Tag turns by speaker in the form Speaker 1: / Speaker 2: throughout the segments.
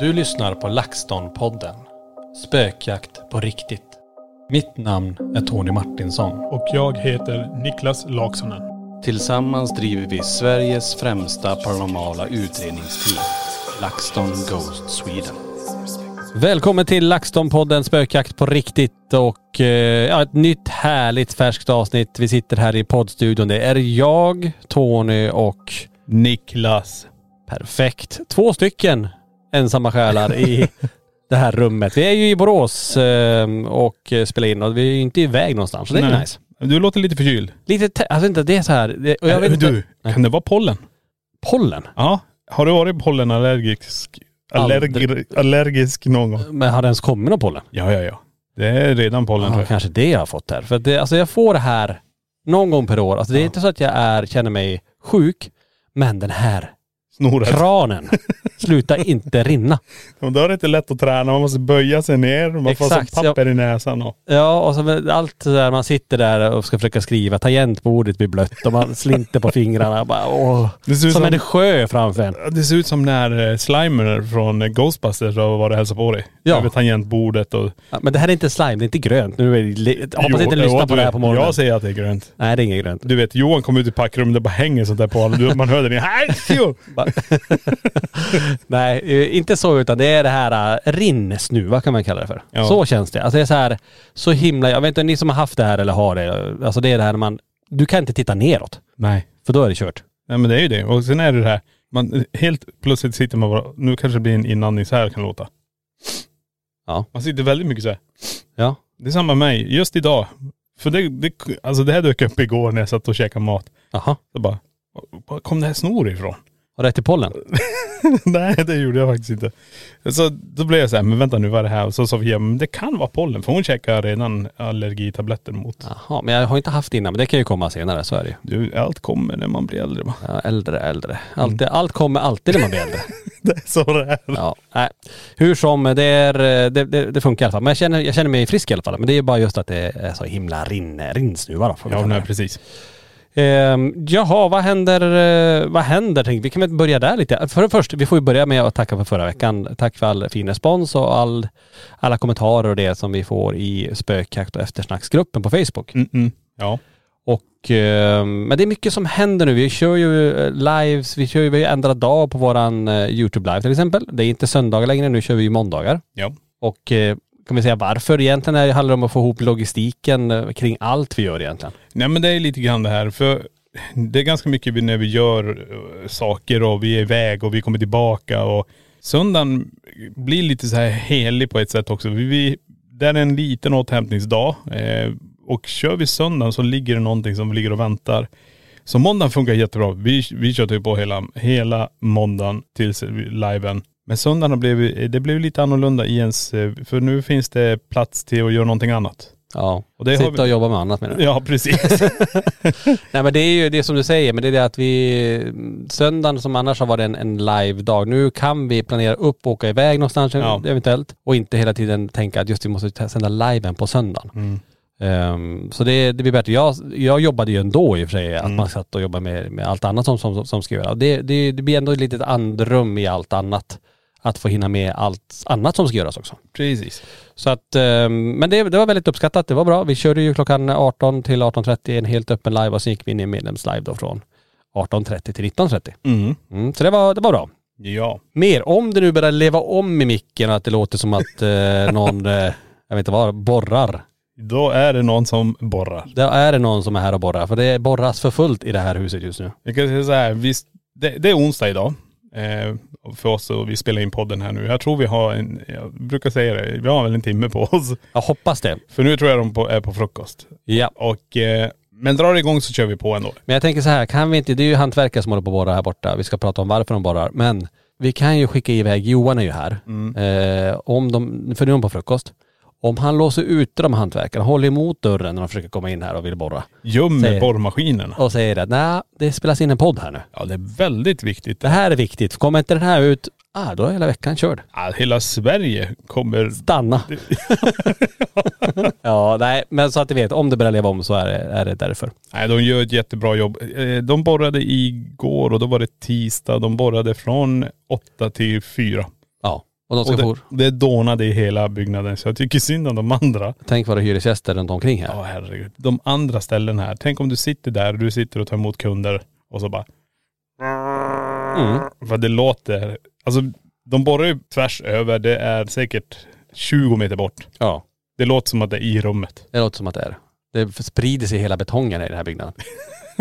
Speaker 1: Du lyssnar på LaxTon-podden. Spökjakt på riktigt. Mitt namn är Tony Martinsson.
Speaker 2: Och jag heter Niklas Laksonen.
Speaker 1: Tillsammans driver vi Sveriges främsta paranormala utredningsteam. LaxTon Ghost Sweden. Välkommen till LaxTon-podden Spökjakt på riktigt och eh, ja, ett nytt härligt färskt avsnitt. Vi sitter här i poddstudion. Det är jag, Tony och
Speaker 2: Niklas.
Speaker 1: perfekt. Två stycken ensamma själar i det här rummet. Vi är ju i Borås eh, och spelar in och vi är ju inte iväg någonstans så det är
Speaker 2: Nej.
Speaker 1: nice.
Speaker 2: Du låter lite förkyld.
Speaker 1: Lite, te- alltså inte det är så här. Det, och jag vet
Speaker 2: Äh, du,
Speaker 1: inte,
Speaker 2: kan det vara pollen?
Speaker 1: pollen.
Speaker 2: Ja. Har du varit pollenallergisk? Allerger,
Speaker 1: Aldrig.
Speaker 2: allergisk någon gång?
Speaker 1: Men har det ens kommit någon pollen?
Speaker 2: Ja, ja, ja. Det är redan pollen
Speaker 1: Ja,
Speaker 2: tror jag.
Speaker 1: kanske det jag har fått där. För att det, alltså jag får det här någon gång per år. Alltså det är inte så att jag är, känner mig sjuk, men den här
Speaker 2: Snoret.
Speaker 1: kranen slutar inte rinna.
Speaker 2: Men Då är det inte lätt att träna. Man måste böja sig ner. Man får
Speaker 1: Exakt,
Speaker 2: som papper i näsan. Och.
Speaker 1: Ja, och så med allt det där man sitter där och ska försöka skriva, tangentbordet blir blött och man slinter på fingrarna. Bara, åh.
Speaker 2: Det ser
Speaker 1: Som,
Speaker 2: ut som-
Speaker 1: en sjö framför en.
Speaker 2: Det ser ut som när eh, Slimer från eh, Ghostbusters har varit och hälsat på dig.
Speaker 1: Ja.
Speaker 2: Över tangentbordet och..
Speaker 1: Ja, Men det här är inte slime, det är inte grönt. Nu är det, li- jag hoppas
Speaker 2: Jo,
Speaker 1: inte
Speaker 2: jo,
Speaker 1: lyssna på
Speaker 2: du
Speaker 1: det här
Speaker 2: vet,
Speaker 1: på morgonen.
Speaker 2: Jag säger att det är grönt.
Speaker 1: Nej, det är inget grönt.
Speaker 2: Du vet Johan kom ut i packrummet och bara hänger sånt där på honom. Du- Man hör den i "Hej,
Speaker 1: Bara- Nej, eh, inte så utan det är det här eh, rinnsnuva kan man kalla det för.
Speaker 2: Ja.
Speaker 1: Så känns det. Alltså det är så här, så himla, jag vet inte ni som har haft det här eller har det. Alltså det är det här när man, du kan inte titta neråt.
Speaker 2: Nej.
Speaker 1: För då är det kört.
Speaker 2: Nej men det är ju det. Och sen är det det här, man, helt plötsligt sitter man bara, nu kanske det blir en inandning så här kan det låta.
Speaker 1: Ja.
Speaker 2: Man sitter väldigt mycket så här.
Speaker 1: Ja.
Speaker 2: Det är samma med mig, just idag. För det, det, alltså det här dök upp igår när jag satt och käkade mat.
Speaker 1: Jaha.
Speaker 2: Så bara, var- var kom det här snor ifrån?
Speaker 1: Har det till pollen?
Speaker 2: Nej det gjorde jag faktiskt inte. Så då blev jag så här, men vänta nu vad är det här? Och så sa Sofia, men det kan vara pollen. För hon käkar redan allergitabletter mot.
Speaker 1: Jaha, men jag har inte haft det innan. Men det kan ju komma senare, så är det ju.
Speaker 2: Du, allt kommer när man blir äldre va?
Speaker 1: Ja, äldre, äldre.
Speaker 2: Mm.
Speaker 1: Alltid, Allt kommer alltid när man blir äldre.
Speaker 2: Det är så det är.
Speaker 1: Ja, nej. Hur som, det, är, eh, det, det, det funkar i alla fall. Men jag känner, jag känner mig frisk i alla fall. Men det är bara just att det är så himla rin, rinnsnuva då. får vi
Speaker 2: Ja,
Speaker 1: kalla
Speaker 2: nej,
Speaker 1: det.
Speaker 2: precis.
Speaker 1: Ehm, jaha, vad händer? eh, Vad händer? Tänk, vi kan väl börja där lite. För först, vi får ju börja med att tacka för förra veckan. Tack för all fin respons och all, alla kommentarer och det som vi får i spökjakt och eftersnacksgruppen på Facebook.
Speaker 2: Mm-mm. Mm, Ja.
Speaker 1: Och, eh, men det är mycket som händer nu. Vi kör ju eh, lives, vi kör ju, vi har ju ändrat dag på våran eh, YouTube live till exempel. Det är inte söndagar längre, nu kör vi ju måndagar.
Speaker 2: Ja.
Speaker 1: Och eh, kan vi säga varför egentligen? Det handlar om att få ihop logistiken eh, kring allt vi gör egentligen.
Speaker 2: Nej men det är lite grann det här för det är ganska mycket vi- när vi gör eh, saker och vi är iväg och vi kommer tillbaka och söndagen blir lite så här helig på ett sätt också. Vi, vi, det är en liten återhämtningsdag eh, och kör vi söndagen så ligger det någonting som ligger och väntar. Så måndagen funkar jättebra. Vi, vi körde ju på hela, hela måndagen tills liven. Men söndagen blev, det blev lite annorlunda i ens, eh, för nu finns det plats till att göra någonting annat.
Speaker 1: Ja,
Speaker 2: Och det har
Speaker 1: sitta
Speaker 2: vi-
Speaker 1: och jobba med annat menar du?
Speaker 2: Ja precis.
Speaker 1: Nej men det är ju det som du säger, men det är det att vi, söndagen som annars har varit en, en live-dag, nu kan vi planera upp och åka iväg någonstans
Speaker 2: Ja.
Speaker 1: eventuellt och inte hela tiden tänka att just vi måste t- sända liven på söndagen. Ehm, så det, det blir bättre. Jag, jag jobbade ju ändå i och för sig, att man satt och jobbade med, med allt annat som, som, som ska göras. Det, det, det blir ändå ett litet andrum i allt annat. Att få hinna med allt annat som ska göras också.
Speaker 2: Precis.
Speaker 1: Så att, ehm, men det, det var väldigt uppskattat, det var bra. Vi körde ju klockan 18 till 18.30 en helt öppen live och sen gick vi in i en medlemslive då från 18.30 till 19.30.
Speaker 2: Mm.
Speaker 1: Mm, så det var, det var bra.
Speaker 2: Ja.
Speaker 1: Mer, om det nu börjar leva om i micken och att det låter som att eh, någon, eh, jag vet inte vad, borrar.
Speaker 2: Då är det någon som borrar.
Speaker 1: Då är det någon som är här och borrar, för det borras för fullt i det här huset just nu.
Speaker 2: Jag kan säga så här, vi, det, det är onsdag idag. Eh, för oss och vi spelar in podden här nu. Jag tror vi har en, jag brukar säga det, vi har väl en timme på oss.
Speaker 1: Jag hoppas det.
Speaker 2: För nu tror jag de på, är på frukost.
Speaker 1: Ja.
Speaker 2: Och, eh, men drar det igång så kör vi på ändå.
Speaker 1: Men jag tänker så här, kan vi inte, det är ju hantverkare som håller på att borra här borta, vi ska prata om varför de borrar, men vi kan ju skicka iväg, Johan är ju här,
Speaker 2: Mm.
Speaker 1: eh, om de, för nu är de på frukost. Om han låser ute de hantverkarna, håller emot dörren när de försöker komma in här och vill borra
Speaker 2: Göm
Speaker 1: Säger-
Speaker 2: borrmaskinerna.
Speaker 1: och säger att nej, det spelas in en podd här nu.
Speaker 2: Ja det är väldigt viktigt.
Speaker 1: Det här är viktigt, kommer inte den här ut, ah, då är hela veckan körd.
Speaker 2: Ja, hela Sverige kommer..
Speaker 1: Stanna. ja, nej, men så att du vet, om det börjar leva om så är det, är det därför.
Speaker 2: Nej de gör ett jättebra jobb. Eh, De borrade igår och då var det tisdag. De borrade från åtta till fyra.
Speaker 1: Ja, och de ska
Speaker 2: Och
Speaker 1: få,
Speaker 2: det, det dånade i hela byggnaden så jag tycker synd om de andra.
Speaker 1: tänk vad det är hyresgäster runt omkring här.
Speaker 2: Ja herregud. De andra ställen här. Tänk om du sitter där, du sitter och tar emot kunder och så bara..
Speaker 1: Mm.
Speaker 2: För det låter.. Alltså de borrar ju tvärs över. Det är säkert 20 meter bort.
Speaker 1: ja.
Speaker 2: Det låter som att det är i rummet.
Speaker 1: Det låter som att det är. Det sprider sig i hela betongen i den här byggnaden.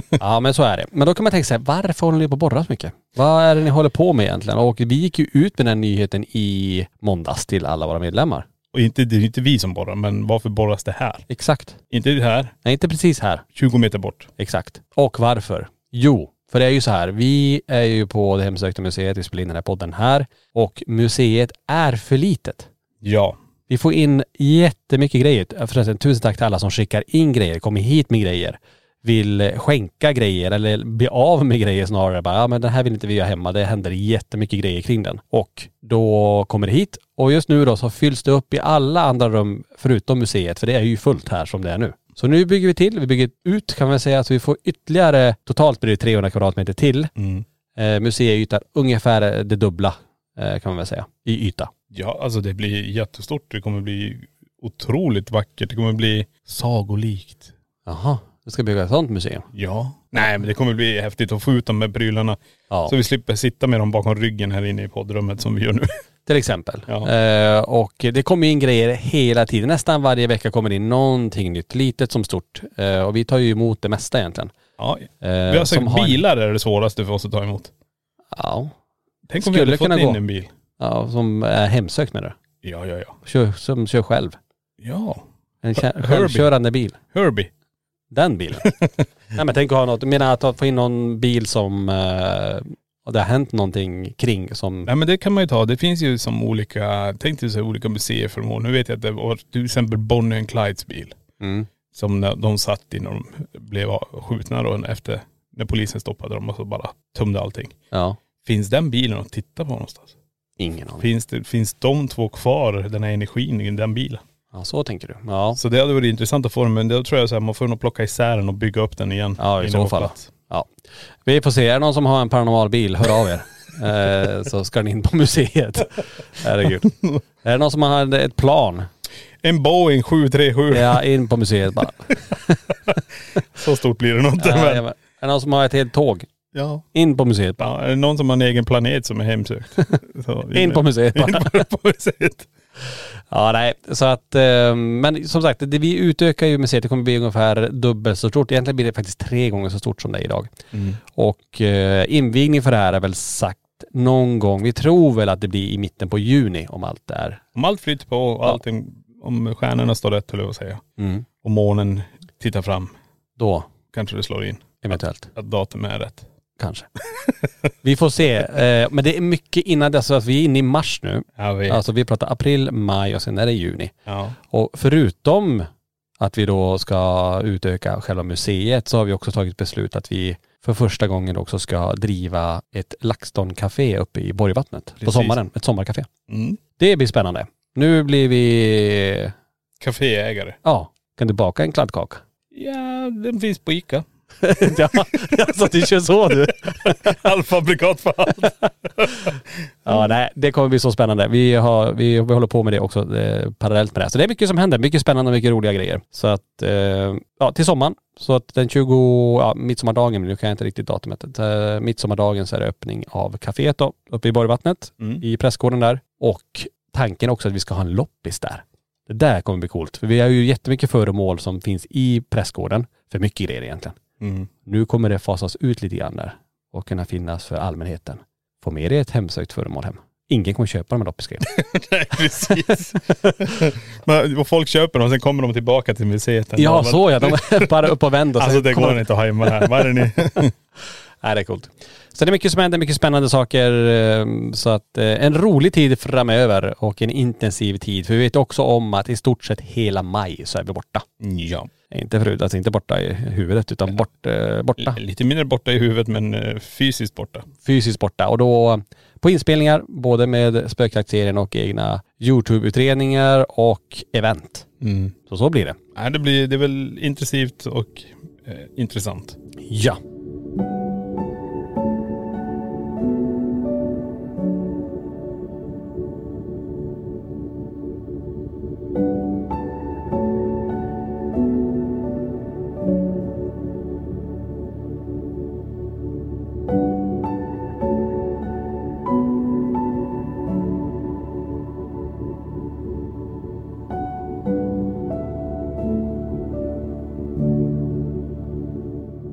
Speaker 1: ja men så är det. Men då kan man tänka sig, varför håller ni på att borra så mycket? Vad är det ni håller på med egentligen? Och vi gick ju ut med den här nyheten i måndags till alla våra medlemmar.
Speaker 2: Och inte, det är inte vi som borrar men varför borras det här?
Speaker 1: Exakt.
Speaker 2: Inte det här,
Speaker 1: Nej inte precis här.
Speaker 2: 20 meter bort.
Speaker 1: Exakt. Och varför? Jo, för det är ju så här, vi är ju på det hemsökta museet, vi spelar in den här podden här och museet är för litet.
Speaker 2: Ja.
Speaker 1: Vi får in jättemycket grejer. Eh, Förresten, tusen tack till alla som skickar in grejer, kommer hit med grejer, vill eh, skänka grejer eller bli av med grejer snarare. Bara, ja men den här vill inte vi ha hemma. Det händer jättemycket grejer kring den. Och då kommer det hit och just nu då så fylls det upp i alla andra rum förutom museet, för det är ju fullt här som det är nu. Så nu bygger vi till, vi bygger ut kan man säga, så vi får ytterligare, totalt blir det 300 kvadratmeter till. Eh, museiytan ungefär det dubbla eh, kan man väl säga, i yta.
Speaker 2: Ja, alltså det blir jättestort. Det kommer bli otroligt vackert. Det kommer bli sagolikt.
Speaker 1: Jaha, vi ska bygga ett sånt museum.
Speaker 2: Ja. Nej men det kommer bli häftigt att få ut dem med prylarna.
Speaker 1: Ja.
Speaker 2: Så vi slipper sitta med dem bakom ryggen här inne i poddrummet som vi gör nu.
Speaker 1: Till exempel.
Speaker 2: Ja.
Speaker 1: Eh, och det kommer in grejer hela tiden. Nästan varje vecka kommer det in någonting nytt, litet som stort. Eh, och vi tar ju emot det mesta egentligen.
Speaker 2: Ja.
Speaker 1: Eh,
Speaker 2: Vi har
Speaker 1: som
Speaker 2: sagt
Speaker 1: en-
Speaker 2: bilar är det svåraste för oss att ta emot.
Speaker 1: Ja,
Speaker 2: Tänk om
Speaker 1: Skulle
Speaker 2: vi hade fått
Speaker 1: kunna
Speaker 2: in
Speaker 1: gå.
Speaker 2: en bil.
Speaker 1: ja, som är hemsökt med det.
Speaker 2: Ja, ja, ja.
Speaker 1: Kör, som kör själv.
Speaker 2: Ja.
Speaker 1: En kä-
Speaker 2: Herbie.
Speaker 1: självkörande bil.
Speaker 2: Herbie.
Speaker 1: Den bilen. Nej men tänk att ha något, jag menar att få in någon bil som eh, och det har hänt någonting kring som,
Speaker 2: Nej men det kan man ju ta. Det finns ju som olika, tänk dig så här, olika museiföremål. Nu vet jag att det var till exempel Bonnie and Clydes bil.
Speaker 1: mm,
Speaker 2: Som när de satt i när de blev skjutna då efter, när polisen stoppade dem och så bara tömde allting.
Speaker 1: ja,
Speaker 2: Finns den bilen att titta på någonstans?
Speaker 1: ingen aning.
Speaker 2: Finns, det, finns de två kvar, den här energin i den bilen?
Speaker 1: Ja så tänker du. Ja,
Speaker 2: Så det hade varit intressant att få den, men då tror jag så här, man får nog plocka isär den och bygga upp den igen.
Speaker 1: ja i
Speaker 2: innan
Speaker 1: så
Speaker 2: på
Speaker 1: fall.
Speaker 2: plats.
Speaker 1: Ja. Vi får se, är det någon som har en paranormal bil, hör av er. Eh, så ska den in på museet. Herregud. Är det någon som har ett plan?
Speaker 2: En Boeing 737,
Speaker 1: Ja, in på museet bara.
Speaker 2: så stort blir det nog inte.
Speaker 1: Ja,
Speaker 2: men,
Speaker 1: är det någon som har ett helt tåg?
Speaker 2: ja.
Speaker 1: In på museet bara.
Speaker 2: Ja, är det någon som har en egen planet som är hemsökt? Så,
Speaker 1: In på museet
Speaker 2: in
Speaker 1: bara.
Speaker 2: på, på museet.
Speaker 1: Ja, nej. Så att, eh, men som sagt, det, vi utökar ju museet. Det kommer bli ungefär dubbelt så stort. Egentligen blir det faktiskt tre gånger så stort som det är idag.
Speaker 2: Mm.
Speaker 1: Och eh, invigning för det här är väl sagt någon gång. Vi tror väl att det blir i mitten på juni om allt är
Speaker 2: Om allt flyter på och allting, om stjärnorna står rätt eller vad säger jag.
Speaker 1: Mm.
Speaker 2: Och månen tittar fram,
Speaker 1: då
Speaker 2: kanske det slår in
Speaker 1: eventuellt.
Speaker 2: att datumet är rätt.
Speaker 1: Kanske. Vi får se. Eh, Men det är mycket innan dess, så att vi är inne i mars nu.
Speaker 2: Jag vet.
Speaker 1: Alltså vi pratar april, maj och sen är det juni.
Speaker 2: Ja.
Speaker 1: Och förutom att vi då ska utöka själva museet så har vi också tagit beslut att vi för första gången också ska driva ett LaxTon-café uppe i Borgvattnet på
Speaker 2: Precis.
Speaker 1: sommaren. Ett sommarcafé.
Speaker 2: Mm.
Speaker 1: Det blir spännande. Nu blir vi,
Speaker 2: Caféägare.
Speaker 1: ja, Kan du baka en kladdkaka?
Speaker 2: Ja, den finns på Ica.
Speaker 1: ja, alltså du kör så du.
Speaker 2: Halvfabrikat för allt.
Speaker 1: Ja, nej, det kommer bli så spännande. Vi, har, vi, vi håller på med det också eh, parallellt med det här. Så det är mycket som händer. Mycket spännande och mycket roliga grejer. Så att, eh, ja, till sommaren. Så att den 20, ja, midsommardagen, nu kan jag inte riktigt datumet. Eh, midsommardagen så är det öppning av kaféet då, uppe i Borgvattnet,
Speaker 2: Mm.
Speaker 1: i prästgården där. Och tanken också att vi ska ha en loppis där. Det där kommer bli coolt. För vi har ju jättemycket föremål som finns i prästgården. För mycket grejer egentligen.
Speaker 2: Mm.
Speaker 1: Nu kommer det fasas ut lite grann där och kunna finnas för allmänheten. Få med dig ett hemsökt föremål hem. Ingen kommer köpa de här loppisgrejerna.
Speaker 2: Nej, precis. Men, och folk köper dem, sen kommer de tillbaka till museet. ändå.
Speaker 1: Ja,
Speaker 2: Men-
Speaker 1: så ja. De är bara upp och vänd. Och
Speaker 2: Alltså
Speaker 1: sen
Speaker 2: det
Speaker 1: kommer
Speaker 2: går inte att hajma här. Vad är det ni?
Speaker 1: Nej, det är coolt. Så det är mycket som händer, mycket spännande saker. eh, Så att eh, en rolig tid framöver och en intensiv tid. För vi vet också om att i stort sett hela maj så är vi borta.
Speaker 2: ja.
Speaker 1: Inte förut, alltså inte borta i huvudet utan bort, eh, borta.
Speaker 2: Lite mindre borta i huvudet men eh, fysiskt borta.
Speaker 1: fysiskt borta. Och då på inspelningar, både med spökjaktsserien och egna YouTube-utredningar och event.
Speaker 2: Mm.
Speaker 1: Så så blir det.
Speaker 2: Nej, det, blir, det är väl intensivt och eh, intressant.
Speaker 1: Ja.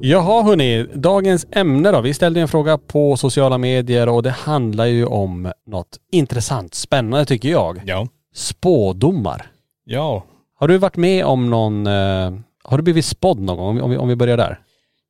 Speaker 1: Jaha hörni, dagens ämne då. Vi ställde ju en fråga på sociala medier och det handlar ju om något intressant, spännande tycker jag.
Speaker 2: Ja.
Speaker 1: Spådomar.
Speaker 2: Ja.
Speaker 1: Har du varit med om någon, eh, har du blivit spådd någon gång? Om vi- Om vi, om vi börjar där.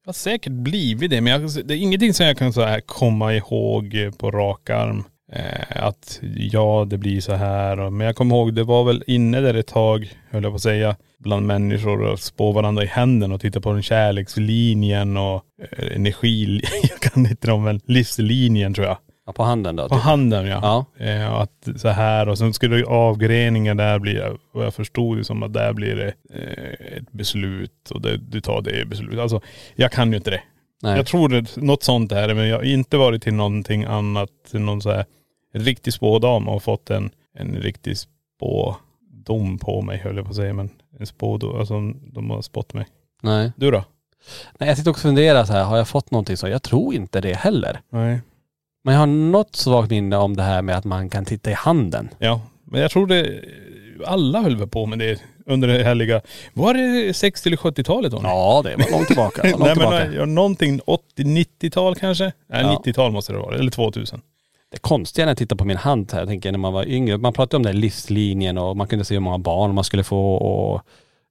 Speaker 2: Jag har säkert blivit det men jag, det är ingenting som jag kan så här komma ihåg eh, på rak arm. Eh, att ja, det blir så här. och- Men jag kommer ihåg, det var väl inne där ett tag, höll jag på att säga, bland människor och spå varandra i händen och titta på den kärlekslinjen och eh, energi, jag kan inte dem, men livslinjen tror jag.
Speaker 1: Ja, på handen då?
Speaker 2: På
Speaker 1: typ.
Speaker 2: handen ja.
Speaker 1: Ja.
Speaker 2: Eh, och att så här och sen skulle avgreningen där bli, och jag förstod det som att där blir det eh, ett beslut och det, du tar det beslutet. Alltså jag kan ju inte det.
Speaker 1: Nej.
Speaker 2: Jag tror det, något sånt är det men jag har inte varit till någonting annat, till någon så här riktig spådam och fått en, en riktig spådom på mig höll jag på att säga men en spådom, alltså de har spått mig.
Speaker 1: Nej.
Speaker 2: Du då?
Speaker 1: Nej, jag sitter också och funderar så här, har jag fått någonting så? Jag tror inte det heller.
Speaker 2: Nej.
Speaker 1: Men jag har något svagt minne om det här med att man kan titta i handen.
Speaker 2: Ja, men jag tror det, alla höll väl på med det under det härliga, var det 60 eller 70-talet då?
Speaker 1: Ja, det var långt tillbaka. Långt
Speaker 2: Nej
Speaker 1: tillbaka.
Speaker 2: men eh, ja, någonting 80-90-tal kanske? Nej
Speaker 1: Ja.
Speaker 2: 90-tal måste det vara, eller 2000.
Speaker 1: Det konstiga när jag tittar på min hand här, jag tänker när man var yngre, man pratade om den här livslinjen och man kunde se hur många barn man skulle få och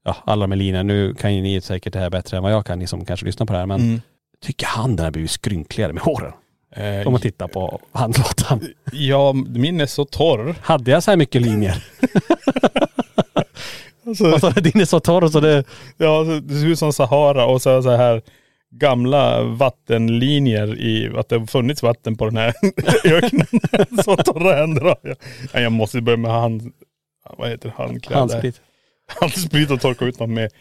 Speaker 1: ja, alla de här linjerna. Nu kan ju ni säkert det här bättre än vad jag kan, ni som kanske lyssnar på det här. Men tycker handen har blivit skrynkligare med håren. Om man tittar på handflatan.
Speaker 2: Ja, min är så torr.
Speaker 1: Hade jag så här mycket linjer? alltså, din är så torr så det..
Speaker 2: Ja, så det ser ut som Sahara och så, så här gamla vattenlinjer i, att det har funnits vatten på den här öknen. så torra händer har jag. Nej, jag måste börja med hand, vad heter det, handkläder.
Speaker 1: Handsprit.
Speaker 2: handsprit och torka ut dem med.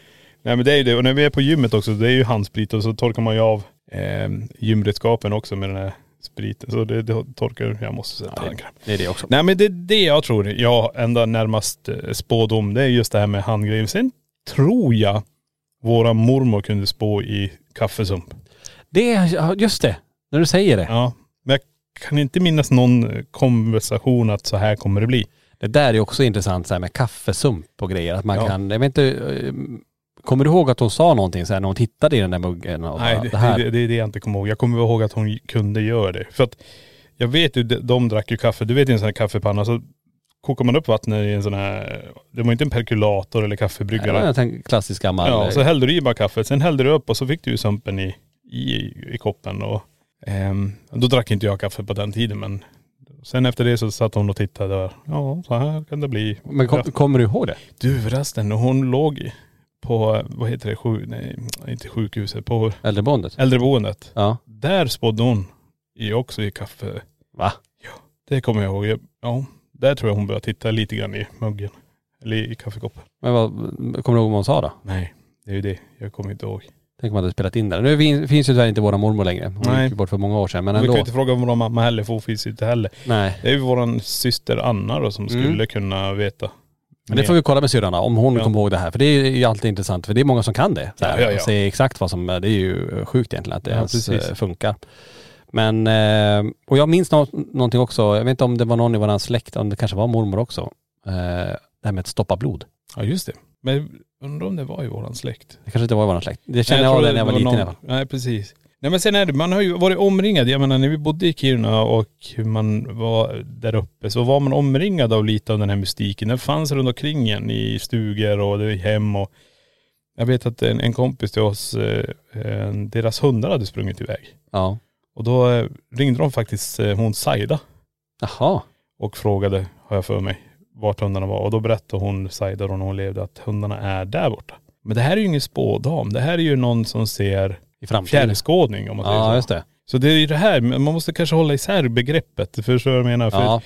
Speaker 2: Nej men det är ju det. Och när vi är på gymmet också, det är ju handsprit och så torkar man ju av eh, gymredskapen också med den här spriten. Så det, det torkar, jag måste sätta handkräm.
Speaker 1: Det är det också.
Speaker 2: Nej men det är det jag tror, jag ända närmast eh, spådom, det är just det här med handgrejer. Sen tror jag våra mormor kunde spå i kaffesump.
Speaker 1: Det, är- ja, just det. När du säger det.
Speaker 2: Ja. Men jag kan inte minnas någon eh, konversation att så här kommer det bli.
Speaker 1: Det där är också intressant så här med kaffesump och grejer. Att man
Speaker 2: Ja.
Speaker 1: kan, jag vet inte, eh, kommer du ihåg att hon sa någonting så här när hon tittade i den där muggen? Och
Speaker 2: Nej,
Speaker 1: bara,
Speaker 2: det,
Speaker 1: det här.
Speaker 2: Det, det är det jag inte kommer ihåg. Jag kommer ihåg att hon kunde göra det. För att jag vet ju, de, de drack ju kaffe. Du vet i en sån här kaffepanna så kokar man upp vattnet i en sån här, det var inte en perkulator eller
Speaker 1: det var
Speaker 2: kaffebryggare.
Speaker 1: en sån klassisk gammal.
Speaker 2: Ja, så hällde du i bara kaffet. Sen hällde du upp och så fick du ju sumpen i, i, i koppen. Och, ehm, då drack inte jag kaffe på den tiden men sen efter det så satt hon och tittade. Och, ja, så här kan det bli.
Speaker 1: Men kom,
Speaker 2: Ja.
Speaker 1: kommer du ihåg det?
Speaker 2: Du förresten, hon låg i- på, vad heter det, sju, nej, inte sjukhuset, på
Speaker 1: Äldreboendet?
Speaker 2: äldreboendet.
Speaker 1: Ja.
Speaker 2: Där spådde hon i också i kaffe.
Speaker 1: Va?
Speaker 2: Det kommer jag ihåg. Ja, där tror jag hon började titta lite grann i muggen. Eller i kaffekoppen.
Speaker 1: Men vad, kommer du ihåg vad hon sa då?
Speaker 2: Nej, det är ju det. Jag kommer inte ihåg.
Speaker 1: Tänk om man hade spelat in det. Nu fin- finns ju tyvärr inte våra mormor längre. Hon
Speaker 2: Nej.
Speaker 1: gick ju bort för många år sedan. Men
Speaker 2: Vi kan
Speaker 1: ändå.
Speaker 2: ju inte fråga vår mamma heller för hon finns ju inte heller.
Speaker 1: Nej.
Speaker 2: Det är ju våran syster Anna då som
Speaker 1: Mm.
Speaker 2: skulle kunna veta.
Speaker 1: Men det får vi kolla med syrran då, om hon
Speaker 2: Ja.
Speaker 1: kommer ihåg det här. För det är ju alltid intressant. För det är många som kan det. Så här,
Speaker 2: Ja, ja, ja.
Speaker 1: Och säger exakt vad som, det är ju eh, sjukt egentligen att det
Speaker 2: Ja,
Speaker 1: ens
Speaker 2: precis.
Speaker 1: eh, funkar. Men, eh, och jag minns nå- någonting också. Jag vet inte om det var någon i våran släkt, om det kanske var mormor också. Eh, Det här med att stoppa blod.
Speaker 2: Ja just det. Men undrar om det var i våran släkt.
Speaker 1: Det kanske inte var i våran släkt. Det känner
Speaker 2: Nej,
Speaker 1: jag,
Speaker 2: tror
Speaker 1: jag när jag var
Speaker 2: det
Speaker 1: liten i
Speaker 2: någon-
Speaker 1: alla fall.
Speaker 2: Nej precis. Nej men sen är det, man har ju varit omringad. Jag menar när vi bodde i Kiruna och man var där uppe så var man omringad av lite av den här mystiken. Den fanns runt omkring en i stugor och det var i hem och jag vet att en, en kompis till oss, eh, eh, deras hundar hade sprungit iväg.
Speaker 1: Ja.
Speaker 2: Och då eh, ringde de faktiskt eh, hon Saida
Speaker 1: Jaha.
Speaker 2: och frågade, har jag för mig, vart hundarna var. Och då berättade hon, Saida då när hon levde, att hundarna är där borta. Men det här är ju ingen spådam. Det här är ju någon som ser
Speaker 1: I framtiden.
Speaker 2: fjärrskådning om man säger
Speaker 1: Ja,
Speaker 2: så.
Speaker 1: just det.
Speaker 2: Så det är ju det här, men man måste kanske hålla isär begreppet. Förstår du vad jag menar?
Speaker 1: Ja.
Speaker 2: För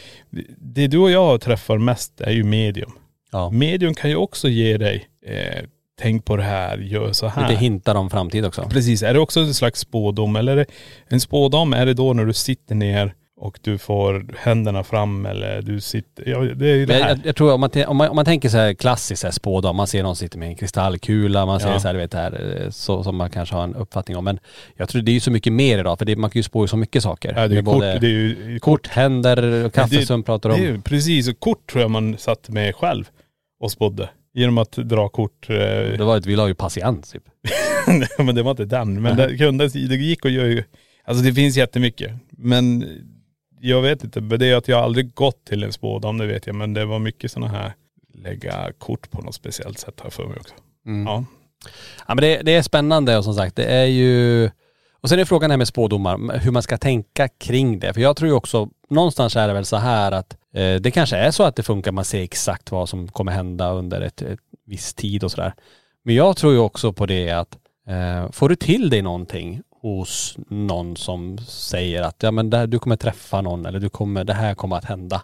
Speaker 2: det du och jag träffar mest är ju medium.
Speaker 1: ja.
Speaker 2: Medium kan ju också ge dig, eh, tänk på det här, gör så här.
Speaker 1: Lite hintar om framtid också.
Speaker 2: Precis, är det också en slags spådom? Eller är det, en spådom är det då när du sitter ner och du får händerna fram eller du sitter, ja det är ju det
Speaker 1: Men jag,
Speaker 2: här.
Speaker 1: jag, jag tror om man, te- om, man, om man tänker så här klassiskt så här spådam, man ser någon sitta med en kristallkula, man ser
Speaker 2: Ja.
Speaker 1: så här, du vet det här, eh, så, som man kanske har en uppfattning om. Men jag tror det är ju så mycket mer idag, för det, man kan ju spå i så mycket saker.
Speaker 2: Ja, det är ju
Speaker 1: Med
Speaker 2: kort,
Speaker 1: både
Speaker 2: det är ju
Speaker 1: kort, händer, kaffesump pratar
Speaker 2: Det är
Speaker 1: om.
Speaker 2: ju, precis, och kort tror jag man satt med själv och spådde. Genom att dra kort. Eh,
Speaker 1: Det var ett, vi la ju patiens typ.
Speaker 2: men det var inte den. Men det, kunde, det gick och gör ju, alltså det finns jättemycket. Men jag vet inte, men det är att jag aldrig gått till en spådam, det vet jag. Men det var mycket sådana här, lägga kort på något speciellt sätt har jag för mig också.
Speaker 1: Mm.
Speaker 2: Ja.
Speaker 1: Ja men det, det är spännande och som sagt det är ju.. Och sen är frågan här med spådomar, m- hur man ska tänka kring det. För jag tror ju också, någonstans är det väl så här att eh, det kanske är så att det funkar, man ser exakt vad som kommer hända under ett, ett viss tid och sådär. Men jag tror ju också på det att eh, får du till dig någonting hos någon som säger att ja men det här, du kommer träffa någon eller du kommer, det här kommer att hända.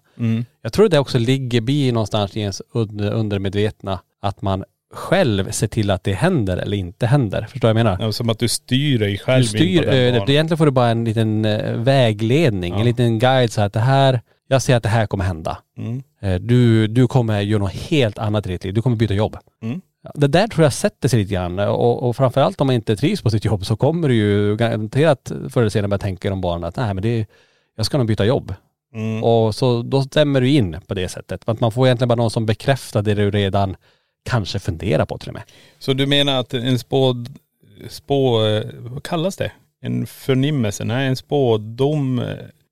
Speaker 1: Jag tror det också ligger bi någonstans i ens und- undermedvetna att man själv ser till att det händer eller inte händer. Förstår du vad jag menar?
Speaker 2: Ja, Som att du styr dig själv
Speaker 1: du styr eh,
Speaker 2: in på den
Speaker 1: ödet.
Speaker 2: banan.
Speaker 1: Egentligen får du bara en liten eh, vägledning, en liten guide så att det här, jag ser att det här kommer hända.
Speaker 2: Mm.
Speaker 1: Eh, Du, du kommer göra något helt annat i ditt liv. Du kommer byta jobb.
Speaker 2: Mm.
Speaker 1: Ja, Det där tror jag sätter sig lite grann och, och framförallt om man inte trivs på sitt jobb så kommer du ju garanterat förr eller senare börja tänka om barnen att nej men det, jag ska nog byta jobb.
Speaker 2: Mm.
Speaker 1: Och så då stämmer du in på det sättet. För att man får egentligen bara någon som bekräftar det du redan kanske funderar på till och med.
Speaker 2: Så du menar att en spåd, spå, eh, vad kallas det? En förnimmelse? Nej, en spådom eh,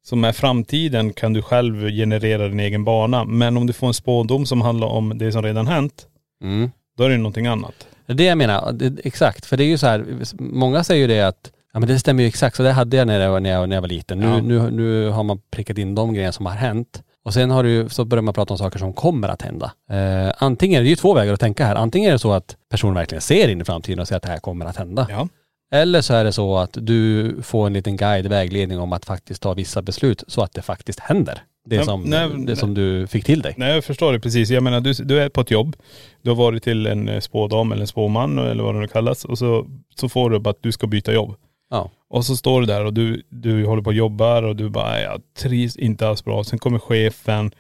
Speaker 2: som är framtiden kan du själv generera din egen bana. Men om du får en spådom som handlar om det som redan hänt,
Speaker 1: Mm.
Speaker 2: då är det någonting annat.
Speaker 1: Det är det jag menar, det, exakt. För det är ju så här, många säger ju det att Ja men det stämmer ju exakt, så det hade jag när jag, var- när jag, när jag var liten. Nu,
Speaker 2: Ja.
Speaker 1: nu, nu har man prickat in de grejerna som har hänt. Och sen har du, ju- så börjar man prata om saker som kommer att hända. Eh, antingen, det är ju två vägar att tänka här. Antingen är det så att personen verkligen ser in i framtiden och ser att det här kommer att hända.
Speaker 2: Ja.
Speaker 1: Eller så är det så att du får en liten guide, vägledning om att faktiskt ta vissa beslut så att det faktiskt händer. Det,
Speaker 2: Nej,
Speaker 1: som,
Speaker 2: nej,
Speaker 1: det
Speaker 2: nej.
Speaker 1: som du fick till dig.
Speaker 2: Nej, jag förstår det precis. Jag menar, du, du är på ett jobb. Du har varit till en eh, spådam eller en spåman eller vad det nu kallas. Och så, så får du bara att du ska byta jobb.
Speaker 1: Ja.
Speaker 2: Och så står du där och du, du håller på och jobbar och du bara, "Nej, jag trivs inte alls bra. Sen kommer chefen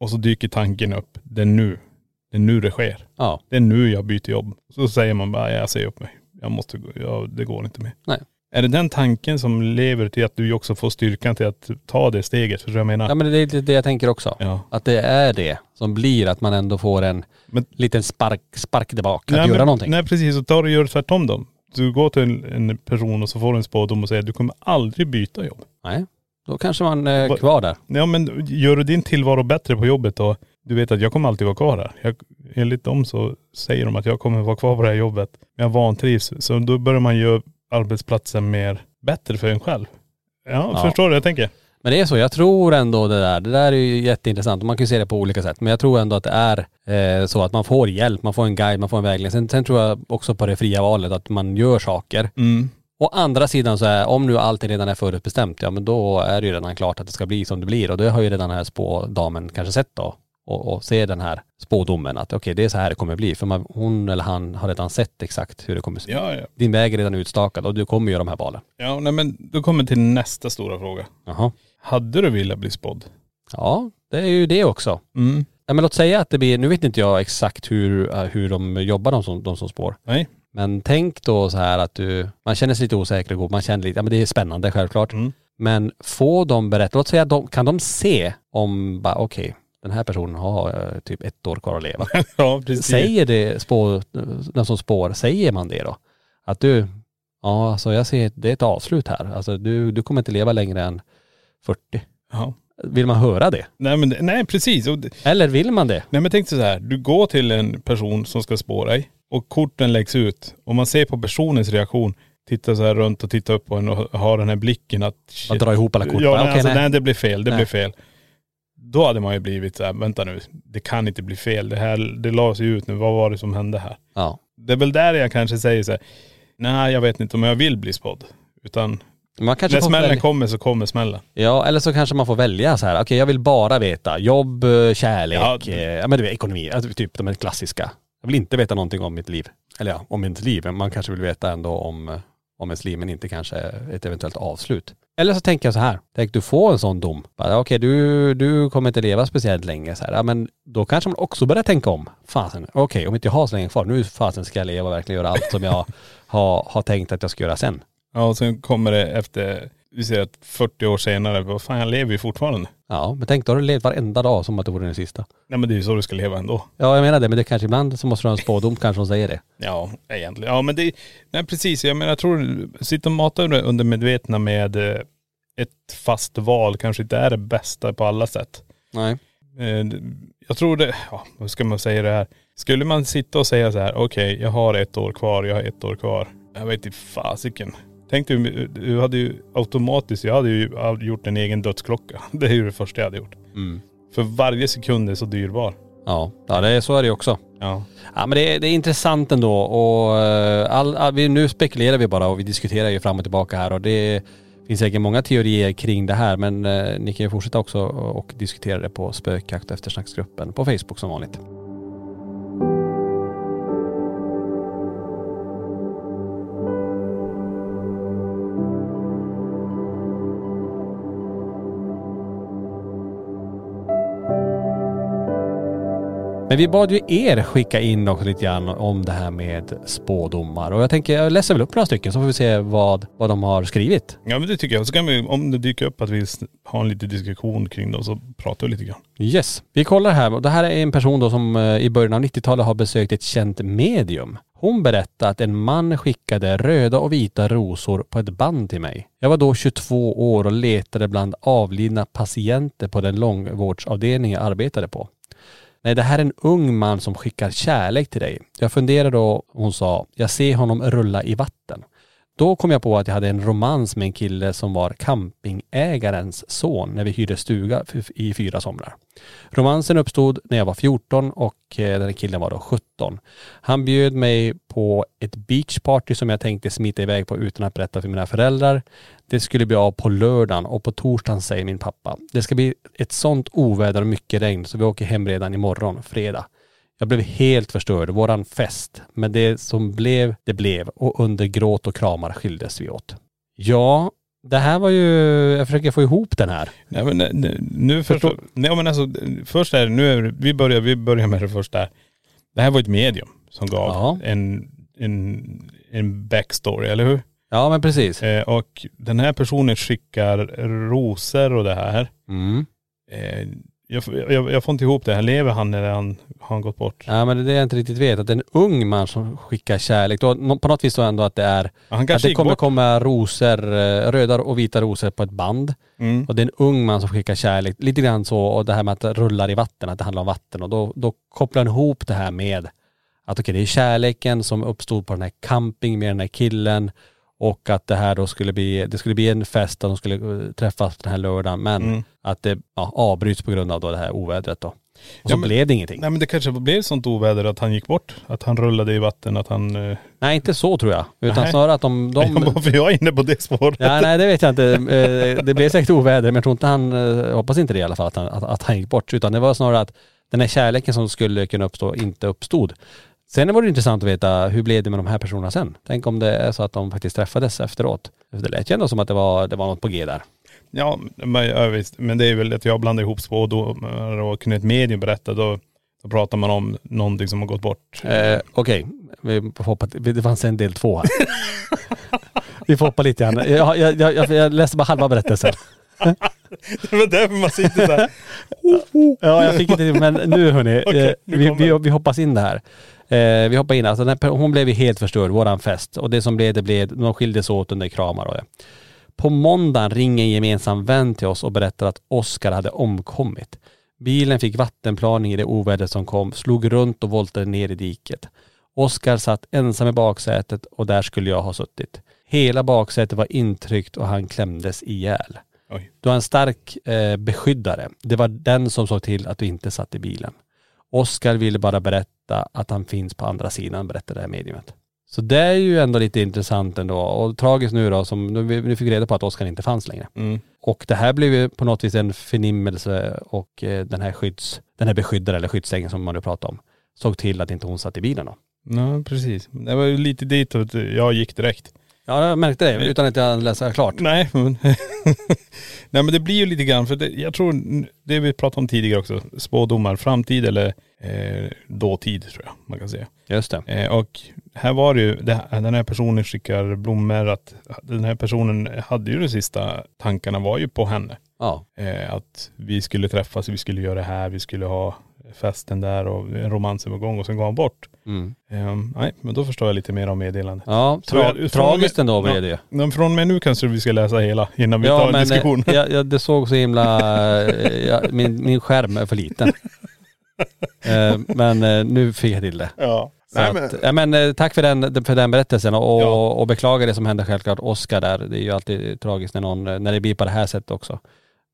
Speaker 2: och så dyker tanken upp, det är nu. Det är nu det sker.
Speaker 1: ja.
Speaker 2: Det är nu jag byter jobb. Så säger man bara, "Nej, jag säger upp mig. Jag måste gå, jag, det går inte mer.
Speaker 1: Nej.
Speaker 2: Är det den tanken som lever till att du också får styrkan till att ta det steget? Förstår du vad jag menar?
Speaker 1: ja men det är lite det jag tänker också.
Speaker 2: Ja.
Speaker 1: Att det är det som blir att man ändå får en
Speaker 2: Men-
Speaker 1: liten spark, spark tillbaka
Speaker 2: nej,
Speaker 1: att göra
Speaker 2: men,
Speaker 1: någonting.
Speaker 2: Nej precis, och tar och gör tvärtom då. Du går till en, en person och så får du en spådom och säger, du kommer aldrig byta jobb.
Speaker 1: Nej. Då kanske man är
Speaker 2: Vad-
Speaker 1: kvar där.
Speaker 2: Ja men gör du din tillvaro bättre på jobbet då, du vet att jag kommer alltid vara kvar här. Jag, enligt dem så säger de att jag kommer vara kvar på det här jobbet. Men jag vantrivs. Så då börjar man göra arbetsplatsen mer bättre för en själv. Ja,
Speaker 1: Ja.
Speaker 2: förstår du vad jag tänker?
Speaker 1: Men det är så, jag tror ändå det där, det där är ju jätteintressant och man kan ju se det på olika sätt. Men jag tror ändå att det är eh, så att man får hjälp, man får en guide, man får en vägledning. Sen, sen tror jag också på det fria valet, att man gör saker.
Speaker 2: Mm.
Speaker 1: Å andra sidan så är, om nu allting redan är förutbestämt, ja men då är det ju redan klart att det ska bli som det blir. Och det har ju redan den här spådamen kanske sett då. och, och se den här spådomen att okej det är så här det kommer bli. För man, hon eller han har redan sett exakt hur det kommer se ut.
Speaker 2: Ja, ja.
Speaker 1: Din väg är redan utstakad och du kommer göra de här valen.
Speaker 2: Ja, nej men då kommer vi till nästa stora fråga.
Speaker 1: Jaha.
Speaker 2: Hade du velat bli spådd?
Speaker 1: Ja, det är ju det också.
Speaker 2: Mm.
Speaker 1: Ja, men låt säga att det blir, nu vet inte jag exakt hur, eh, hur de jobbar de som, de som spår.
Speaker 2: Nej.
Speaker 1: Men tänk då så här att du, man känner sig lite osäker och god, man känner lite, ja men det är spännande självklart.
Speaker 2: Mm.
Speaker 1: Men få dem berätta, låt säga att de, kan de se om bara okej, den här personen har eh, typ ett år kvar att leva.
Speaker 2: Ja, precis.
Speaker 1: säger det, spå, den som spår, säger man det då? Att du, ja alltså jag ser, det är ett avslut här. Alltså du, du kommer inte leva längre än 40.
Speaker 2: Ja.
Speaker 1: Vill man höra det?
Speaker 2: Nej, men, det- nej precis. Och, det-
Speaker 1: Eller vill man det?
Speaker 2: nej men tänk dig så här, du går till en person som ska spå dig och korten läggs ut och man ser på personens reaktion, tittar så här runt och tittar upp på en och har den här blicken att..
Speaker 1: Man drar ihop alla kort.
Speaker 2: Ja,
Speaker 1: bara,
Speaker 2: nej,
Speaker 1: okej,
Speaker 2: alltså, nej.
Speaker 1: nej.
Speaker 2: det blir fel, det
Speaker 1: Nej.
Speaker 2: blir fel. Då hade man ju blivit så här, vänta nu, det kan inte bli fel, det här, det la sig ut nu, vad var det som hände här?
Speaker 1: Ja.
Speaker 2: Det är väl där jag kanske säger så här, nej jag vet inte om jag vill bli spådd. Utan
Speaker 1: Man kanske
Speaker 2: när
Speaker 1: får
Speaker 2: smällen
Speaker 1: välja.
Speaker 2: kommer så kommer smällen.
Speaker 1: Ja, eller så kanske man får välja så här, okej jag vill bara veta jobb, eh, kärlek,
Speaker 2: Ja.
Speaker 1: ja, ja men du vet, ekonomi, alltså, typ de här klassiska. Jag vill inte veta någonting om mitt liv. Eller ja, om mitt liv, men man kanske vill veta ändå om, eh, om ens liv, men inte kanske ett eventuellt avslut. Eller så tänker jag så här, tänk du får en sån dom. Bara, Okej, du, du kommer inte leva speciellt länge så här. Ja, men då kanske man också börjar tänka om. Fasen, okej om inte jag har så länge kvar, nu fasen ska jag leva och verkligen göra allt som jag har, har tänkt att jag ska göra sen.
Speaker 2: Ja och sen kommer det efter, vi säger att 40 år senare, vad fan jag lever ju fortfarande.
Speaker 1: Ja, men tänk då har du levt varenda dag som att det vore den sista.
Speaker 2: Nej men det är ju så du ska leva ändå.
Speaker 1: Ja jag menar det, men det kanske ibland så måste du ha en spådom kanske hon säger det.
Speaker 2: Ja egentligen. Ja men det, nej precis, jag menar jag tror, sitta och mata under- under medvetna med eh, ett fast val kanske inte är det bästa på alla sätt.
Speaker 1: Nej.
Speaker 2: Eh, Jag tror det, ja, vad ska man säga det här? Skulle man sitta och säga så här, okej jag har ett år kvar, jag har ett år kvar. Jag vet inte fasiken. Tänk du, du hade ju automatiskt, jag hade ju all- gjort en egen dödsklocka. Det är ju det första jag hade gjort.
Speaker 1: Mm.
Speaker 2: För varje sekund är så dyrbar.
Speaker 1: Ja, ja det, är- så är det ju också.
Speaker 2: Ja.
Speaker 1: Ja men det, är- det är intressant ändå och eh, all, all, vi, nu spekulerar vi bara och vi diskuterar ju fram och tillbaka här och det finns säkert många teorier kring det här men eh, ni kan ju fortsätta också och diskutera det på spökjakt och eftersnacksgruppen på Facebook som vanligt. Men vi bad ju er skicka in också lite grann om det här med spådomar och jag tänker jag läser väl upp några stycken så får vi se vad, vad de har skrivit.
Speaker 2: ja men det tycker jag. Så kan vi, om det dyker upp att vi s- har en liten diskussion kring det så pratar vi lite grann.
Speaker 1: Yes. Vi kollar här. Och Det här är en person då som eh, i början av 90-talet har besökt ett känt medium. Hon berättade att en man skickade röda och vita rosor på ett band till mig. Jag var då 22 år och letade bland avlidna patienter på den långvårdsavdelning jag arbetade på. Nej, det här är en ung man som skickar kärlek till dig. Jag funderar då, hon sa, jag ser honom rulla i vatten. Då kom jag på att jag hade en romans med en kille som var campingägarens son när vi hyrde stuga f- i fyra somrar. Romansen uppstod när jag var 14 och eh, den här killen var då 17. Han bjöd mig på ett beachparty som jag tänkte smita iväg på utan att berätta för mina föräldrar. Det skulle bli av på lördagen och på torsdagen säger min pappa. Det ska bli ett sånt oväder och mycket regn så vi åker hem redan imorgon, fredag. Jag blev helt förstörd, våran fest. Men det som blev, det blev. Och under gråt och kramar skildes vi åt. Ja, det här var ju, jag försöker få ihop den här.
Speaker 2: Nej men nej, nej, nu förstår.. Nej men alltså först är det, nu är det, vi börjar, vi börjar med det första. här. Det här var ett medium som gav
Speaker 1: Ja.
Speaker 2: en, en, en backstory, eller hur?
Speaker 1: Ja men precis.
Speaker 2: Eh, och den här personen skickar rosor och det här.
Speaker 1: Mm.
Speaker 2: Eh, jag, jag, jag får inte ihop det här. Lever han eller han, har han gått bort?
Speaker 1: Ja men det är det jag inte riktigt vet, att en ung man som skickar kärlek, då, nå- på något vis då ändå att det är,
Speaker 2: Han
Speaker 1: att
Speaker 2: kanske
Speaker 1: det
Speaker 2: gick
Speaker 1: kommer
Speaker 2: bort.
Speaker 1: komma rosor, eh, röda och vita rosor på ett band.
Speaker 2: Mm.
Speaker 1: Och det är en ung man som skickar kärlek, lite grann så, och det här med att det rullar i vatten, att det handlar om vatten. Och då, då kopplar han ihop det här med att okej, det är kärleken som uppstod på den här camping med den här killen och att det här då skulle bli, det skulle bli en fest där de skulle eh, träffas den här lördagen, men
Speaker 2: Mm.
Speaker 1: att det ja, avbryts på grund av då det här ovädret då. Och så
Speaker 2: Ja, men-
Speaker 1: blev det ingenting.
Speaker 2: Nej men det kanske blev sånt oväder att han gick bort. Att han rullade i vatten, att han.. Eh,
Speaker 1: Nej, inte så tror jag. Utan
Speaker 2: Nej.
Speaker 1: snarare att de...
Speaker 2: de...
Speaker 1: de
Speaker 2: Varför jag är inne på det spåret?
Speaker 1: ja, nej, det vet jag inte. Eh, Det blev säkert oväder, men jag tror inte han, eh, hoppas inte det i alla fall, att han, att, att han gick bort. Utan det var snarare att den här kärleken som skulle kunna uppstå inte uppstod. Sen var det intressant att veta hur blev det med de här personerna sen? Tänk om det är så att de faktiskt träffades efteråt. För Det lät ju ändå som att det var, det var något på G där.
Speaker 2: Ja, men, ja visst. Men det är väl att jag blandar ihop spådomar och kunde ett medium berätta, då, då pratar man om någonting som har gått bort.
Speaker 1: Eh, Okej, vi får hoppa till- det fanns en del två här. vi får hoppa lite grann. Jag, jag, jag, jag, jag läste bara halva berättelsen.
Speaker 2: Det var därför man sitter så här.
Speaker 1: Ja, jag fick inte det, men nu hörni,
Speaker 2: Okej,
Speaker 1: eh,
Speaker 2: nu
Speaker 1: vi,
Speaker 2: kommer
Speaker 1: vi,
Speaker 2: den.
Speaker 1: vi hoppas in det här. Eh, vi hoppar in, alltså den här, per- hon blev ju helt förstörd, våran fest. Och det som blev det blev, de skildes åt under kramar och det. På måndagen ringer en gemensam vän till oss och berättar att Oskar hade omkommit. Bilen fick vattenplaning i det oväder som kom, slog runt och voltade ner i diket. Oskar satt ensam i baksätet och där skulle jag ha suttit. Hela baksätet var intryckt och han klämdes ihjäl.
Speaker 2: Oj.
Speaker 1: Du har en stark eh, beskyddare. Det var den som såg till att du inte satt i bilen. Oskar ville bara berätta att han finns på andra sidan, berättade det här mediumet. Så det är ju ändå lite intressant ändå. Och tragiskt nu då, som nu, vi- nu fick vi reda på att Oskar inte fanns längre.
Speaker 2: Mm.
Speaker 1: Och det här blev ju på något vis en förnimmelse och eh, den här skydds, den här beskyddaren eller skyddsängeln som man nu pratar om, såg till att inte hon satt i bilen då.
Speaker 2: Ja, precis. Det var ju lite dit att jag gick direkt.
Speaker 1: Ja, jag märkte det utan att jag läste klart.
Speaker 2: Nej, men, Nej, men det blir ju lite grann, för det, jag tror det vi pratade om tidigare också, spådomar, framtid eller eh, dåtid tror jag man kan säga.
Speaker 1: Just det.
Speaker 2: Eh, och här var det ju, det, här- den här personen skickar blommor, att den här personen hade ju de sista tankarna var ju på henne.
Speaker 1: Ja.
Speaker 2: Eh, att vi skulle träffas, vi skulle göra det här, vi skulle ha festen där och en romansövergång och sen går han bort.
Speaker 1: Mm.
Speaker 2: Eh, nej, men då förstår jag lite mer om meddelandet.
Speaker 1: Ja,
Speaker 2: Så jag-
Speaker 1: tra-
Speaker 2: från-
Speaker 1: tragiskt ändå blev det ju.
Speaker 2: Men från och med nu kanske vi ska läsa hela innan vi tar en
Speaker 1: eh,
Speaker 2: diskussion.
Speaker 1: Jag, jag, det såg så himla, eh, jag, min, min skärm är för liten. Eh, men eh, nu fick jag till det.
Speaker 2: Ja.
Speaker 1: Så Nej, men... Att, ja, men, eh, tack för den, för den berättelsen och,
Speaker 2: Ja.
Speaker 1: och beklagar det som hände självklart Oskar där. Det är ju alltid tragiskt när, någon, när det blir på det här sättet också.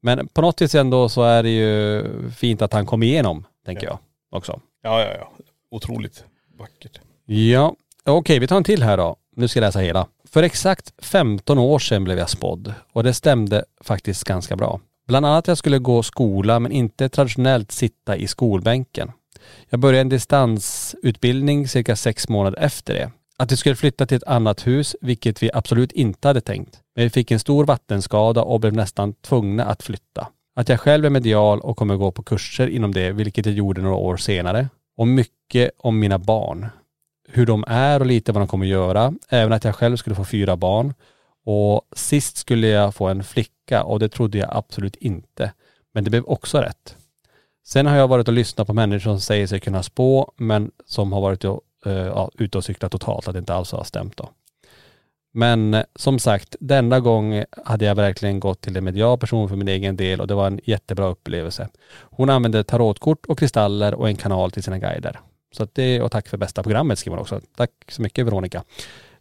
Speaker 1: Men på något vis ändå så är det ju fint att han kom igenom, tänker jag också.
Speaker 2: ja, ja, ja. Otroligt vackert.
Speaker 1: Ja, okej vi tar en till här då. Nu ska jag läsa hela. För exakt 15 år sedan blev jag spådd och det stämde faktiskt ganska bra. Bland annat jag skulle gå skola men inte traditionellt sitta i skolbänken. Jag började en distansutbildning cirka sex månader efter det. Att vi skulle flytta till ett annat hus, vilket vi absolut inte hade tänkt. Men vi fick en stor vattenskada och blev nästan tvungna att flytta. Att jag själv är medial och kommer gå på kurser inom det, vilket jag gjorde några år senare. Och mycket om mina barn hur de är och lite vad de kommer göra. Även att jag själv skulle få fyra barn. Och sist skulle jag få en flicka och det trodde jag absolut inte. Men det blev också rätt. Sen har jag varit och lyssnat på människor som säger sig kunna spå men som har varit och, eh, ja, ute och cyklat totalt, att det inte alls har stämt då. Men eh, som sagt, denna gång hade jag verkligen gått till en medial person för min egen del och det var en jättebra upplevelse. Hon använde tarotkort och kristaller och en kanal till sina guider. Så att det, och tack för bästa programmet skriver hon också. Tack så mycket Veronica.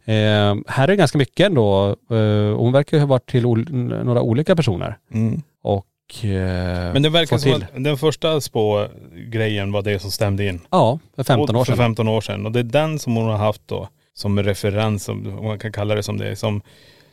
Speaker 1: Eh, här är ganska mycket ändå. Eh, hon verkar ju ha varit till ol- n- några olika personer.
Speaker 2: Mm.
Speaker 1: Och, eh,
Speaker 2: Men det verkar
Speaker 1: fått
Speaker 2: som
Speaker 1: till.
Speaker 2: att den första spågrejen var det som stämde in.
Speaker 1: Ja, för 15
Speaker 2: Och-
Speaker 1: år sedan.
Speaker 2: För 15 år sedan. Och det är den som hon har haft då som referens, som om man kan kalla det som det, är, som,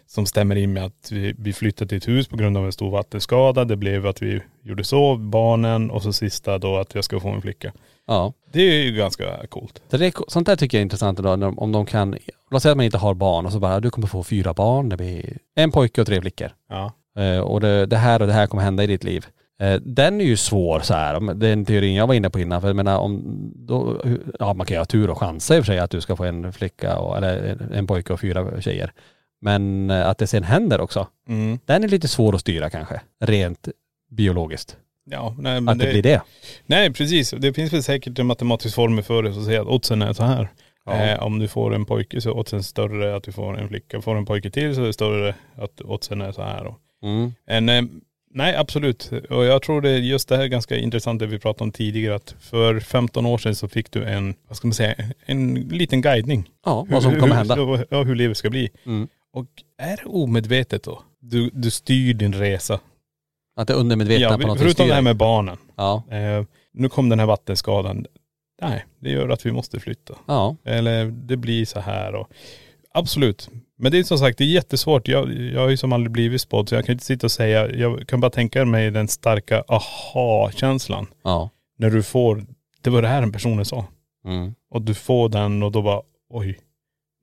Speaker 2: som stämmer in med att vi, vi flyttade till ett hus på grund av en stor vattenskada. Det blev att vi gjorde så, barnen och så sista då att jag ska få en flicka.
Speaker 1: Ja.
Speaker 2: Det är ju ganska coolt.
Speaker 1: Så det, är- sånt där tycker jag är intressant idag, när, de- om de kan, låt säga att man inte har barn och så bara, du kommer få fyra barn, det blir en pojke och tre flickor.
Speaker 2: Ja.
Speaker 1: Eh, och det, det här och det här kommer hända i ditt liv. Eh, den är ju svår så här, om- den teorin jag var inne på innan, för jag menar om, då, hur- ja man kan ju ha tur och chanser i och för sig att du ska få en flicka och, eller en, en pojke och fyra tjejer. Men eh, att det sen händer också,
Speaker 2: Mm.
Speaker 1: den är lite svår att styra kanske, rent biologiskt.
Speaker 2: Ja, nej, Mm, men
Speaker 1: Att det, blir det.
Speaker 2: Nej, precis. Det finns väl säkert en matematisk formel för det som säger att oddsen är så här.
Speaker 1: Ja.
Speaker 2: Eh, om du får en pojke så är oddsen större att du får en flicka. Får du en pojke till så är det större att oddsen är så här. Då.
Speaker 1: Mm.
Speaker 2: En, eh, nej, absolut. Och jag tror det är just det här är ganska intressant det vi pratade om tidigare. Att för 15 år sedan så fick du en, vad ska man säga, en liten guidning.
Speaker 1: Ja, vad som
Speaker 2: Hur-
Speaker 1: kommer
Speaker 2: hur-
Speaker 1: hända.
Speaker 2: Ja, hur livet ska bli.
Speaker 1: Mm.
Speaker 2: Och är det omedvetet då? Du, du styr din resa.
Speaker 1: Att det undermedvetna
Speaker 2: Ja,
Speaker 1: på något styr
Speaker 2: förutom det här
Speaker 1: dig.
Speaker 2: med barnen.
Speaker 1: Ja,
Speaker 2: Eh, nu kom den här vattenskadan. Nej, det gör att vi måste flytta.
Speaker 1: ja.
Speaker 2: Eller det blir så här och absolut. Men det är som sagt, det är jättesvårt. Jag, jag har ju som aldrig blivit spådd så jag kan inte sitta och säga, jag kan bara tänka mig den starka aha-känslan.
Speaker 1: Ja.
Speaker 2: när du får, det var det här den personen sa.
Speaker 1: Mm.
Speaker 2: Och du får den och då bara, oj,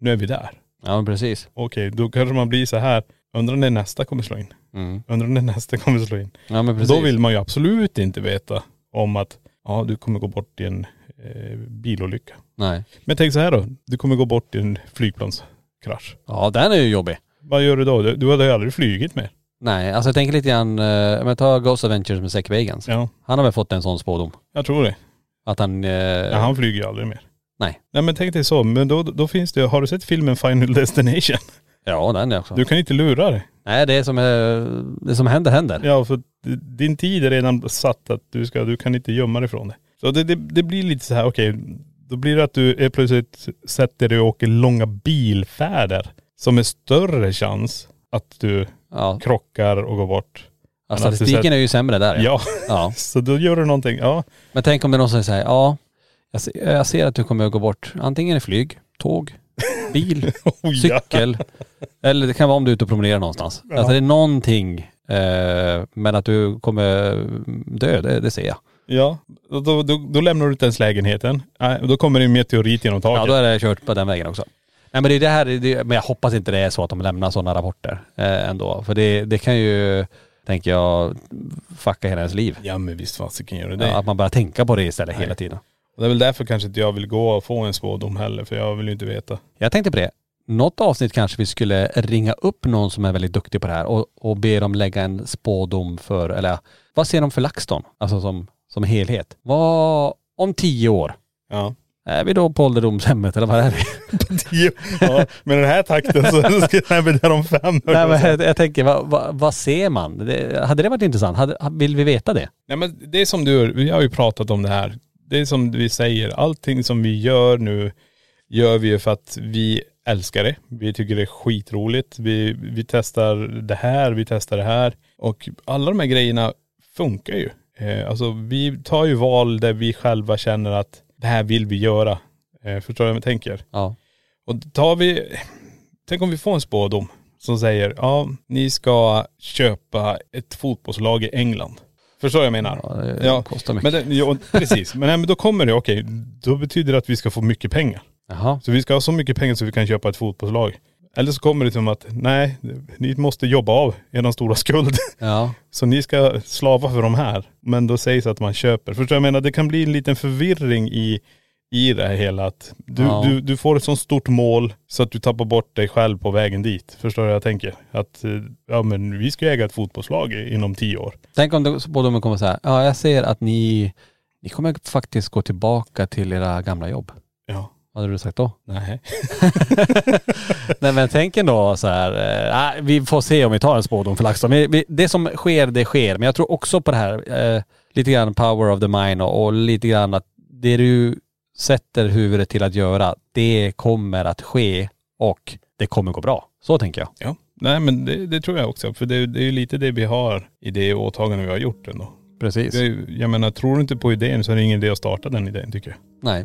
Speaker 2: nu är vi där.
Speaker 1: Ja precis.
Speaker 2: Okej, då kanske man blir så här, undrar när nästa kommer slå in.
Speaker 1: Mm.
Speaker 2: Undrar när nästa kommer slå in.
Speaker 1: Ja men precis.
Speaker 2: Då vill man ju absolut inte veta om att, ja du kommer gå bort i en eh, bilolycka.
Speaker 1: Nej.
Speaker 2: Men tänk så här då, du kommer gå bort i en flygplanskrasch.
Speaker 1: Ja den är ju jobbig.
Speaker 2: Vad gör du då? Du, du hade ju aldrig flugit mer.
Speaker 1: Nej, alltså jag tänker lite grann, eh, men ta Ghost Adventures med Zack Bagans.
Speaker 2: Ja,
Speaker 1: Han har väl fått en sån spådom.
Speaker 2: jag tror det.
Speaker 1: Att han.. Eh,
Speaker 2: Ja, han flyger ju aldrig mer.
Speaker 1: Nej.
Speaker 2: Nej men tänk dig så, men då, då finns det, har du sett filmen Final Destination?
Speaker 1: Ja den är också.
Speaker 2: Du kan inte lura det.
Speaker 1: Nej det är som, eh, det som händer händer.
Speaker 2: Ja för d- din tid är redan satt att du ska, du kan inte gömma dig från det. Så det, det, det blir lite så här, okej, då blir det att du är plötsligt sätter dig och åker långa bilfärder som är större chans att du
Speaker 1: Ja.
Speaker 2: krockar och går bort.
Speaker 1: Ja,
Speaker 2: Men att du
Speaker 1: statistiken
Speaker 2: sett-
Speaker 1: är ju sämre där
Speaker 2: Ja,
Speaker 1: ja.
Speaker 2: så då gör du någonting, ja.
Speaker 1: Men tänk om det är någon som säger ja, jag ser, jag ser att du kommer att gå bort. Antingen i flyg, tåg, bil,
Speaker 2: Oh, ja.
Speaker 1: cykel. Eller det kan vara om du är ute och promenerar någonstans. Alltså det är någonting, eh, men att du kommer dö, det, det ser jag.
Speaker 2: Ja, då, då, då, då lämnar du inte ens lägenheten. Nej, då kommer det en meteorit genom taket.
Speaker 1: Ja då är det kört på den vägen också. Nej men det är det här, det, men jag hoppas inte det är så att de lämnar sådana rapporter eh, ändå. För det, det kan ju, tänker jag, fucka hela ens liv.
Speaker 2: Ja men visst fasiken gör det det.
Speaker 1: Ja, att man börjar tänka på det istället hela tiden.
Speaker 2: Och det är väl därför kanske inte jag vill gå och få en spådom heller, för jag vill ju inte veta.
Speaker 1: Jag tänkte på det. Något avsnitt kanske vi skulle ringa upp någon som är väldigt duktig på det här och, och be dem lägga en spådom för, eller ja, vad ser de för LaxTon? Alltså som, som helhet. Vad, om tio år,
Speaker 2: Ja.
Speaker 1: är vi då på ålderdomshemmet eller vad är vi?
Speaker 2: ja med den här takten så ska jag bli där om fem år.
Speaker 1: Nej, men jag, jag tänker, vad, vad, vad ser man? Det, hade det varit intressant? Hade, vill vi veta det?
Speaker 2: Nej men det är som du, vi har ju pratat om det här. Det är som vi säger, allting som vi gör nu gör vi ju för att vi älskar det. Vi tycker det är skitroligt. Vi, vi testar det här, vi testar det här. Och alla de här grejerna funkar ju. Eh, alltså vi tar ju val där vi själva känner att det här vill vi göra. Eh, förstår du vad jag tänker?
Speaker 1: Ja.
Speaker 2: Och tar vi, tänk om vi får en spådom som säger, ja ni ska köpa ett fotbollslag i England. Förstår vad jag menar?
Speaker 1: Ja, det kostar mycket.
Speaker 2: Men det, ja, precis, men, nej, men då kommer det, okej, då betyder det att vi ska få mycket pengar.
Speaker 1: Jaha.
Speaker 2: Så vi ska ha så mycket pengar så vi kan köpa ett fotbollslag. Eller så kommer det som att, nej, ni måste jobba av er stora skuld.
Speaker 1: Ja.
Speaker 2: Så ni ska slava för de här. Men då sägs att man köper. Förstår du? Jag menar det kan bli en liten förvirring i, i det här hela. Att du,
Speaker 1: Ja.
Speaker 2: du, du får ett sånt stort mål så att du tappar bort dig själv på vägen dit. Förstår du vad jag tänker? Att eh, ja men vi ska ju äga ett fotbollslag i- inom tio år.
Speaker 1: Tänk om det- spådomen kommer så här, ja jag ser att ni, ni kommer faktiskt gå tillbaka till era gamla jobb.
Speaker 2: Ja.
Speaker 1: Vad hade du sagt då?
Speaker 2: Nej.
Speaker 1: Nej men tänk ändå så här, eh, ah, vi får se om vi tar en spådom för LaxTon. Vi, vi, det som sker, det sker. Men jag tror också på det här, eh, lite grann power of the mind och, och lite grann att det du sätter huvudet till att göra, det kommer att ske och det kommer gå bra. Så tänker jag.
Speaker 2: Ja. Nej men det, det tror jag också. För det, det är ju lite det vi har i det åtagande vi har gjort ändå.
Speaker 1: Precis.
Speaker 2: Det, är ju- jag menar tror du inte på idén så är det ingen idé att starta den idén tycker jag.
Speaker 1: Nej.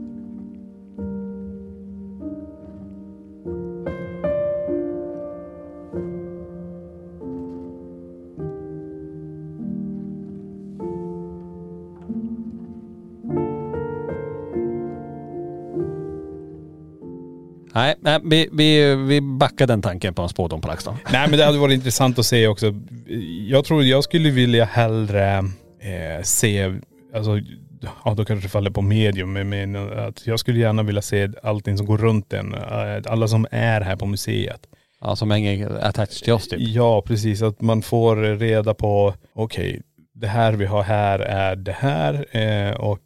Speaker 1: Nej, nej vi, vi, vi backar den tanken på en spådom på LaxTon.
Speaker 2: Nej men det hade varit intressant att se också. Jag tror jag skulle vilja hellre eh, se, alltså, ja då kanske det faller på medium, men- men att jag skulle gärna vilja se allting som går runt den. eh, Alla som är här på museet.
Speaker 1: Ja, som hänger attached till oss typ.
Speaker 2: Ja precis, att man får reda på, okej, det här vi har här är det här eh, och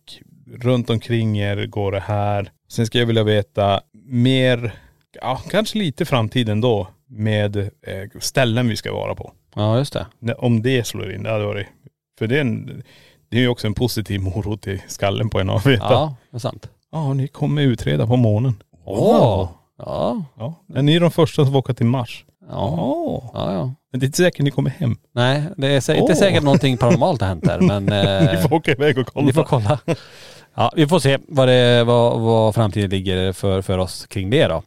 Speaker 2: runt omkring er går det här. Sen ska jag vilja veta mer, ja kanske lite framtiden då med eh, ställen vi ska vara på.
Speaker 1: Ja, just det.
Speaker 2: När- Om det slår in, det hade varit, för det är, en, det är ju också en positiv morot i skallen på en av er.
Speaker 1: Ja, det är sant.
Speaker 2: ja, ni kommer utreda på månen.
Speaker 1: Åh! Ja.
Speaker 2: Ja, är ni de första som åker till Mars?
Speaker 1: Ja. ja, ja.
Speaker 2: Men det är inte säkert ni kommer hem.
Speaker 1: Nej, det är sä- inte
Speaker 2: Åh.
Speaker 1: säkert någonting paranormalt har hänt där, men... eh,
Speaker 2: Ni får åka iväg och kolla.
Speaker 1: Ni får kolla. Ja, vi får se vad, det, vad, vad framtiden ligger för, för oss kring det då.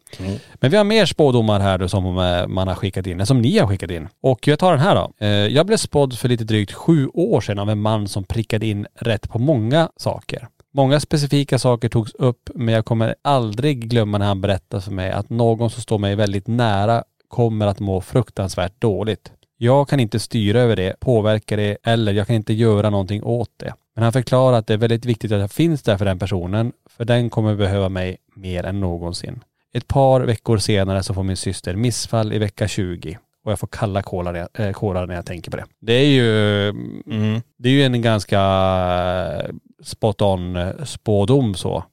Speaker 1: Men vi har mer spådomar här då som eh, man har skickat in, eller som ni har skickat in. Och jag tar den här då. Eh, Jag blev spådd för lite drygt sju år sedan av en man som prickade in rätt på många saker. Många specifika saker togs upp men jag kommer aldrig glömma när han berättade för mig att någon som står mig väldigt nära kommer att må fruktansvärt dåligt. Jag kan inte styra över det, påverka det eller jag kan inte göra någonting åt det. Men han förklarar att det är väldigt viktigt att jag finns där för den personen, för den kommer behöva mig mer än någonsin. Ett par veckor senare så får min syster missfall i vecka 20 och jag får kalla kårar när jag- eh, kårar när jag tänker på det. Det är ju, mm, det är ju en ganska eh, spot on eh, spådom så.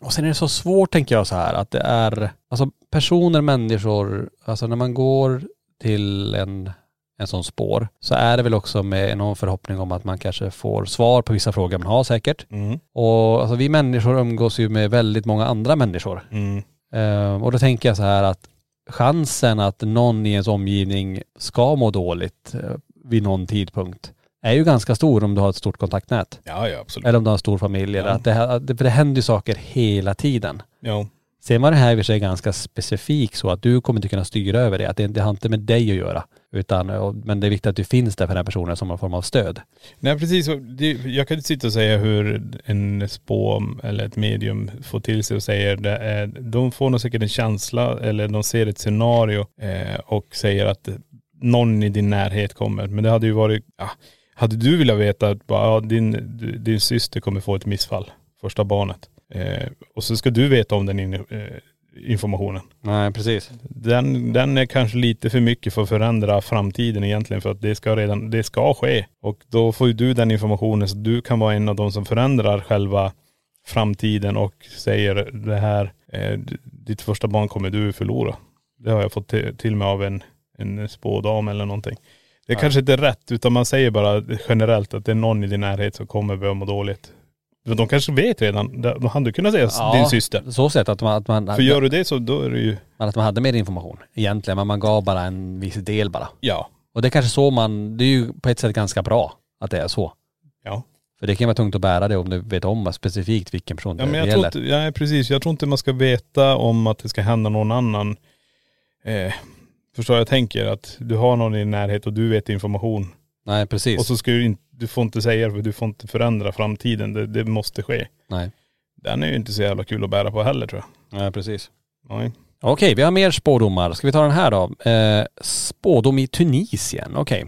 Speaker 1: Och sen är det så svårt tänker jag så här att det är, alltså personer, människor, alltså när man går till en, en sån spår så är det väl också med någon förhoppning om att man kanske får svar på vissa frågor man har säkert.
Speaker 2: Mm.
Speaker 1: Och alltså vi människor umgås ju med väldigt många andra människor.
Speaker 2: Mm.
Speaker 1: Ehm, och då tänker jag så här att chansen att någon i ens omgivning ska må dåligt eh, vid någon tidpunkt är ju ganska stor om du har ett stort kontaktnät.
Speaker 2: Ja, ja absolut.
Speaker 1: Eller om du har en stor familj. Eller
Speaker 2: Ja.
Speaker 1: att det, här- att det, för det händer ju saker hela tiden.
Speaker 2: Ja.
Speaker 1: Sen var det här i och för sig ganska specifik så att du kommer inte kunna styra över det. Att det, det har inte med dig att göra. Utan, och, men det är viktigt att du finns där för den här personen som någon form av stöd.
Speaker 2: Nej precis, Och det- jag kan inte sitta och säga hur en spå eller ett medium får till sig och säger det är, de får nog säkert en känsla eller de ser ett scenario eh, och säger att någon i din närhet kommer. Men det hade ju varit, ja, hade du velat veta att bara, ja, din, du- din syster kommer få ett missfall, första barnet. Eh, och så ska du veta om den in, eh, informationen.
Speaker 1: Nej, precis.
Speaker 2: Den, den är kanske lite för mycket för att förändra framtiden egentligen för att det ska redan, det ska ske. Och då får ju du den informationen så du kan vara en av de som förändrar själva framtiden och säger det här, eh, d- ditt första barn kommer du förlora. Det har jag fått till, till mig av en, en spådam eller någonting. Det är kanske inte är rätt utan man säger bara generellt att det är någon i din närhet som kommer börja må dåligt. Men de kanske vet redan, de de hade kunnat säga din syster.
Speaker 1: Så sett att man, att man,
Speaker 2: För gör du det så då är det ju,
Speaker 1: att man hade mer information egentligen. Men man gav bara en viss del bara.
Speaker 2: ja,
Speaker 1: Och det är kanske så man, det är ju på ett sätt ganska bra att det är så.
Speaker 2: ja.
Speaker 1: För det kan vara tungt att bära det om du vet om specifikt vilken person
Speaker 2: Ja,
Speaker 1: det
Speaker 2: men jag tror
Speaker 1: gäller.
Speaker 2: inte, ja, precis. Jag tror inte man ska veta om att det ska hända någon annan. Eh, förstår jag tänker? Att du har någon i din närhet och du vet information.
Speaker 1: Nej, precis.
Speaker 2: Och så ska du inte, du får inte säga det för du får inte förändra framtiden. Det, det måste ske.
Speaker 1: Nej.
Speaker 2: Den är ju inte så jävla kul att bära på heller tror
Speaker 1: Nej, precis.
Speaker 2: jag. Nej.
Speaker 1: Okej, vi har mer spådomar. Ska vi ta den här då? Eh, spådom i Tunisien. Okej.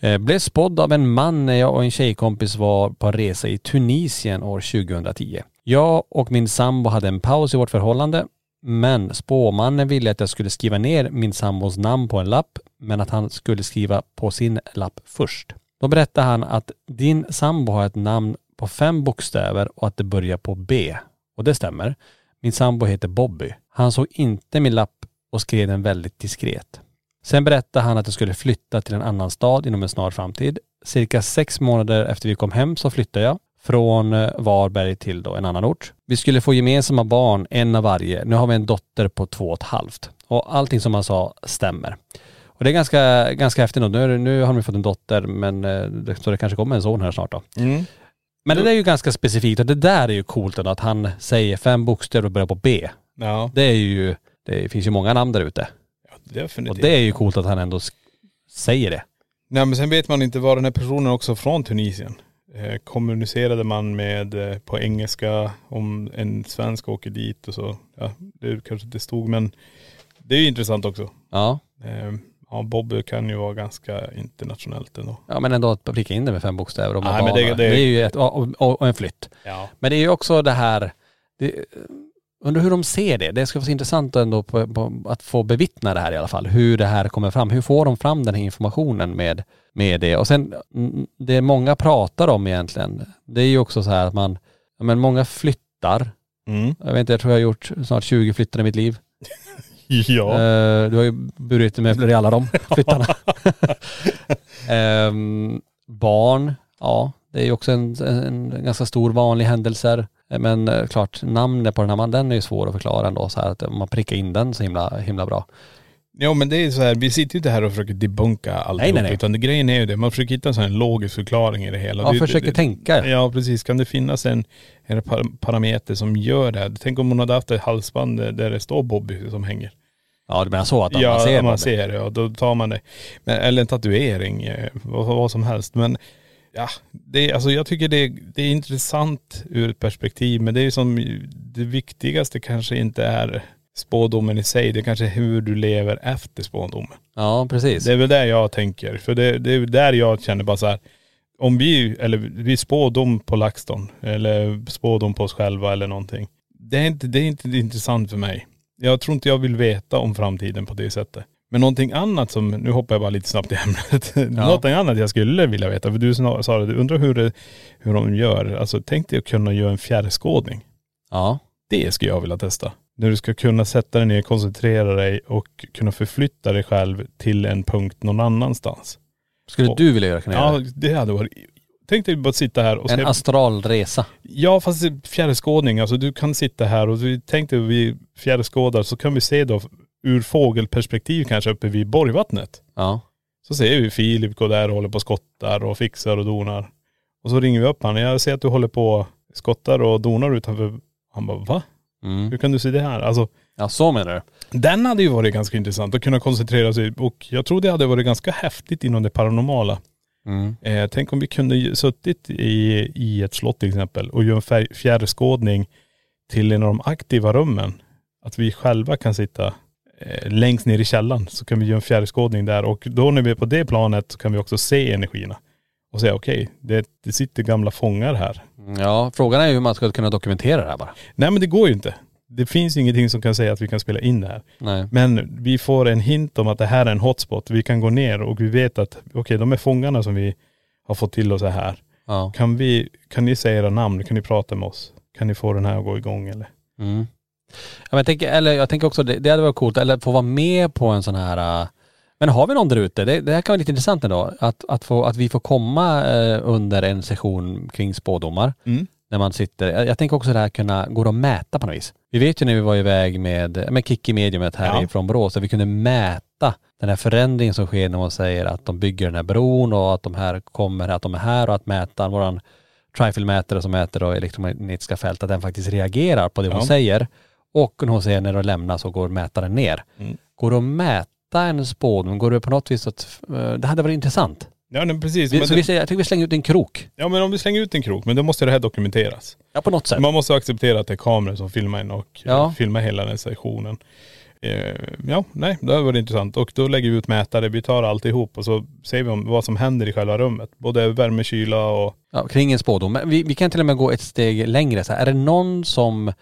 Speaker 1: Eh, blev spådd av en man när jag och en tjejkompis var på en resa i Tunisien år 2010. Jag och min sambo hade en paus i vårt förhållande, men spåmannen ville att jag skulle skriva ner min sambos namn på en lapp, men att han skulle skriva på sin lapp först. Då berättade han att din sambo har ett namn på fem bokstäver och att det börjar på B. Och det stämmer. Min sambo heter Bobby. Han såg inte min lapp och skrev den väldigt diskret. Sen berättade han att jag skulle flytta till en annan stad inom en snar framtid. Cirka sex månader efter vi kom hem så flyttade jag från eh, Varberg till då en annan ort. Vi skulle få gemensamma barn, en av varje. Nu har vi en dotter på två och ett halvt. Och allting som han sa stämmer. Och det är ganska, ganska häftigt nu. Nu, är det- nu har de ju fått en dotter men eh, det- så det kanske kommer en son här snart då. Men det där är ju ganska specifikt och det där är ju coolt ändå att han säger fem bokstäver och börjar på B.
Speaker 2: Ja,
Speaker 1: Det är ju, det finns ju många namn där ute. Och
Speaker 2: definitivt.
Speaker 1: det är ju coolt att han ändå sk- säger det.
Speaker 2: Nej men sen vet man inte var den här personen också är från Tunisien. eh, kommunicerade man med eh, på engelska om en svensk åker dit och så. Ja, det kanske inte stod men det är ju intressant också.
Speaker 1: Ja.
Speaker 2: Eh, ja, Bob kan ju vara ganska internationellt ändå.
Speaker 1: Ja men ändå att pricka in det med fem bokstäver om
Speaker 2: Nej,
Speaker 1: en
Speaker 2: men
Speaker 1: bana.
Speaker 2: det- det-
Speaker 1: är ju ett, och, och, och en flytt.
Speaker 2: Ja.
Speaker 1: Men det är ju också det här, det, undrar hur de ser det. Det ska vara så intressant ändå på, på, att få bevittna det här i alla fall. Hur det här kommer fram. Hur får de fram den här informationen med, med det? Och sen mm, det många pratar om egentligen, det är ju också så här att man, ja, men många flyttar. Jag vet inte, jag tror jag har gjort snart 20 flyttar i mitt liv.
Speaker 2: Ja.
Speaker 1: Eh, du har ju burit möbler i alla de flyttarna. Ehm, barn, ja det är ju också en, en ganska stor vanlig händelse. Men eh, klart namnet på den här mannen, den är ju svår att förklara ändå så här att om man prickar in den så himla, himla bra.
Speaker 2: Ja men det är så här, vi sitter ju inte här och försöker debunka allt.
Speaker 1: Nej, nej, nej.
Speaker 2: Utan det, grejen är ju det, man försöker hitta en sån här logisk förklaring i det hela.
Speaker 1: Ja,
Speaker 2: det,
Speaker 1: försöker
Speaker 2: det,
Speaker 1: tänka.
Speaker 2: Ja precis, kan det finnas en, en par- parameter som gör det här? Tänk om hon hade haft ett halsband där där det står Bobby som hänger.
Speaker 1: Ja du menar så att
Speaker 2: ja,
Speaker 1: man ser
Speaker 2: man
Speaker 1: Bobby.
Speaker 2: ser det, ja, då tar man det. Men, eller en tatuering, eh, vad, vad som helst. Men ja, det, är- alltså jag tycker det, det är intressant ur ett perspektiv. Men det är som, det viktigaste kanske inte är spådomen i sig. Det kanske är hur du lever efter spådomen.
Speaker 1: Ja precis.
Speaker 2: Det är väl där jag tänker. För det, det är väl där jag känner bara så här. Om vi, eller vi spår dem på LaxTon eller spår dem på oss själva eller någonting. Det är, inte, det är inte intressant för mig. Jag tror inte jag vill veta om framtiden på det sättet. Men någonting annat som, nu hoppar jag bara lite snabbt i ämnet. någonting annat jag skulle vilja veta. För du sna- sa det, du undrar hur, det, hur de gör. Alltså tänk dig att kunna göra en fjärrskådning.
Speaker 1: Ja.
Speaker 2: Det skulle jag vilja testa. När du ska kunna sätta dig ner, koncentrera dig och kunna förflytta dig själv till en punkt någon annanstans.
Speaker 1: Skulle
Speaker 2: Och-
Speaker 1: du vilja göra kan jag
Speaker 2: Ja,
Speaker 1: göra?
Speaker 2: det hade varit.. Tänk dig bara sitta här och
Speaker 1: En
Speaker 2: se,
Speaker 1: astralresa.
Speaker 2: Ja fast fjärrskådning, alltså du kan sitta här och vi tänkte vi fjärrskådar så kan vi se då ur fågelperspektiv kanske uppe vid Borgvattnet.
Speaker 1: Ja.
Speaker 2: Så ser vi Filip gå där och håller på och skottar och fixar och donar. Och så ringer vi upp honom. Jag ser att du håller på och skottar och donar utanför. Han bara va?
Speaker 1: Mm.
Speaker 2: Hur kan du se det här? Alltså
Speaker 1: Ja så menar du.
Speaker 2: den hade ju varit ganska intressant att kunna koncentrera sig och jag tror det hade varit ganska häftigt inom det paranormala.
Speaker 1: Mm.
Speaker 2: Eh, tänk om vi kunde ju suttit i, i ett slott till exempel och gjort en fär- fjärrskådning till en av de aktiva rummen. Att vi själva kan sitta eh, längst ner i källaren så kan vi göra en fjärrskådning där och då när vi är på det planet så kan vi också se energierna och säga okej, det, det sitter gamla fångar här.
Speaker 1: Ja frågan är ju hur man ska kunna dokumentera det här bara.
Speaker 2: Nej men det går ju inte. Det finns ju ingenting som kan säga att vi kan spela in det här.
Speaker 1: Nej.
Speaker 2: Men vi får en hint om att det här är en hotspot. Vi kan gå ner och vi vet att okej, de är fångarna som vi har fått till oss är här.
Speaker 1: Ja.
Speaker 2: Kan, vi, kan ni säga era namn? Kan ni prata med oss? Kan ni få den här att gå igång eller?
Speaker 1: Mm. Ja, men jag, tänker, eller jag tänker också, det, det hade varit coolt, eller få vara med på en sån här äh, men har vi någon där ute? Det, det här kan vara lite intressant ändå. Att, att, få, att vi får komma eh, under en session kring spådomar.
Speaker 2: Mm.
Speaker 1: När man sitter. Jag, jag tänker också det här kunna, går det att mäta på något vis? Vi vet ju när vi var iväg med, med Kicki Mediumet här
Speaker 2: Ja.
Speaker 1: från Borås, att vi kunde mäta den här förändringen som sker när man säger att de bygger den här bron och att de här kommer, att de är här och att mäta våran trifle-mätare som mäter då elektromagnetiska fält, att den faktiskt reagerar på det hon
Speaker 2: Ja.
Speaker 1: säger. Och när hon säger när de lämnar så går mätaren ner.
Speaker 2: Mm.
Speaker 1: Går det att mäta en spådom? Går det på något vis att, eh, det hade varit intressant.
Speaker 2: Ja men precis.
Speaker 1: Vi,
Speaker 2: Men,
Speaker 1: så vi, säger- jag tycker vi slänger ut en krok.
Speaker 2: ja men om vi slänger ut en krok, men då måste det här dokumenteras.
Speaker 1: Ja på något sätt.
Speaker 2: Man måste acceptera att det är kameror som filmar in och eh,
Speaker 1: Ja.
Speaker 2: filmar hela den sessionen. Eh, ja, nej, det har varit intressant. Och då lägger vi ut mätare, vi tar alltihop och så ser vi om vad som händer i själva rummet. Både värme, kyla och
Speaker 1: Ja, kring en spådom. Men vi, vi kan till och med gå ett steg längre. Så här, är det någon som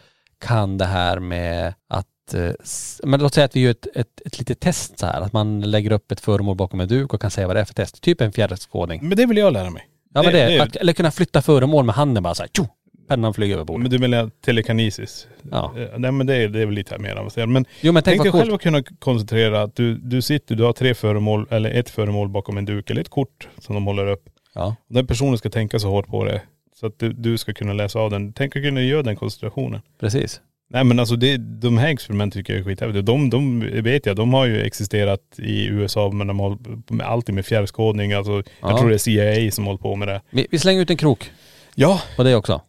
Speaker 1: kan det här med att, eh, s- men låt säga att vi gör ett, ett, ett litet test så här, att man lägger upp ett föremål bakom en duk och kan säga vad det är för test. Typ en fjärrskådning.
Speaker 2: Men det vill jag lära mig.
Speaker 1: Ja men det,
Speaker 2: det-
Speaker 1: att- eller kunna flytta föremål med handen bara så här, tjo, pennan flyger över bordet.
Speaker 2: Men du menar telekanesis?
Speaker 1: Ja.
Speaker 2: Eh, Nej men det, är- det är väl lite mer avancerat. Men
Speaker 1: Jo men tänk
Speaker 2: tänk
Speaker 1: vad
Speaker 2: dig
Speaker 1: coolt.
Speaker 2: själv att kunna koncentrera att du, du sitter, du har tre föremål eller ett föremål bakom en duk eller ett kort som de håller upp.
Speaker 1: Ja.
Speaker 2: Och Den personen ska tänka så hårt på det så att du, du ska kunna läsa av den. Tänk att kunna göra den koncentrationen.
Speaker 1: Precis.
Speaker 2: Nej men alltså det, de här experimenten tycker jag är skithäftiga. De, de vet jag, de har ju existerat i USA men de har hållit på med alltid med fjärrskådning. Alltså,
Speaker 1: Ja.
Speaker 2: Jag tror det är CIA som håller på med det.
Speaker 1: Vi, vi slänger ut en krok
Speaker 2: Ja,
Speaker 1: på det också.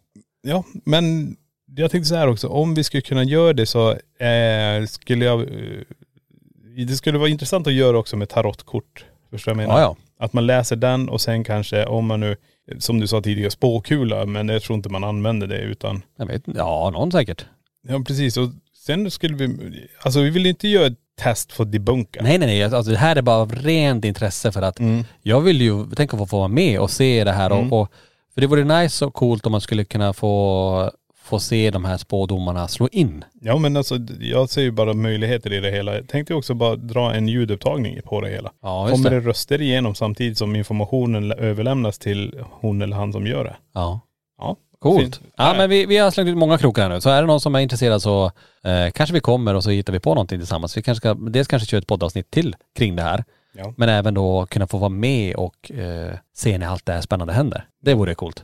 Speaker 2: Ja, men jag tänkte så här också. Om vi skulle kunna göra det så eh, skulle jag... Eh, det skulle vara intressant att göra också med tarotkort. Förstår du vad jag menar?
Speaker 1: Ja,
Speaker 2: Att man läser den och sen kanske, om man nu, som du sa tidigare, spåkula, men jag tror inte man använder det utan..
Speaker 1: Jag vet inte. Ja, någon säkert.
Speaker 2: Ja precis. Och sen skulle vi.. Alltså vi vill ju inte göra ett test för att debunka.
Speaker 1: Nej, nej, nej. Alltså, det här är bara av rent intresse för att jag vill ju, tänk att få vara med och se det här.
Speaker 2: Mm.
Speaker 1: Och, och, för det vore nice och coolt om man skulle kunna få, få se de här spådomarna slå in.
Speaker 2: Ja men alltså jag ser ju bara möjligheter i det hela. Jag tänkte också bara dra en ljudupptagning på det hela.
Speaker 1: Ja, just
Speaker 2: Kommer
Speaker 1: det.
Speaker 2: det röster igenom samtidigt som informationen lä- överlämnas till hon eller han som gör det?
Speaker 1: Ja.
Speaker 2: Ja.
Speaker 1: Coolt.
Speaker 2: Fint.
Speaker 1: Ja, men vi, vi har slängt ut många krokar här nu. Så är det någon som är intresserad så eh, kanske vi kommer och så hittar vi på någonting tillsammans. Vi kanske ska, dels kanske köra ett poddavsnitt till kring det här.
Speaker 2: Ja.
Speaker 1: Men även då kunna få vara med och eh, se när allt det här spännande händer. Det vore coolt.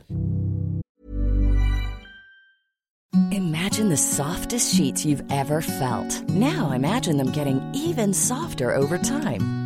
Speaker 3: Imagine the softest sheets you've ever felt. Now imagine them getting even softer over time.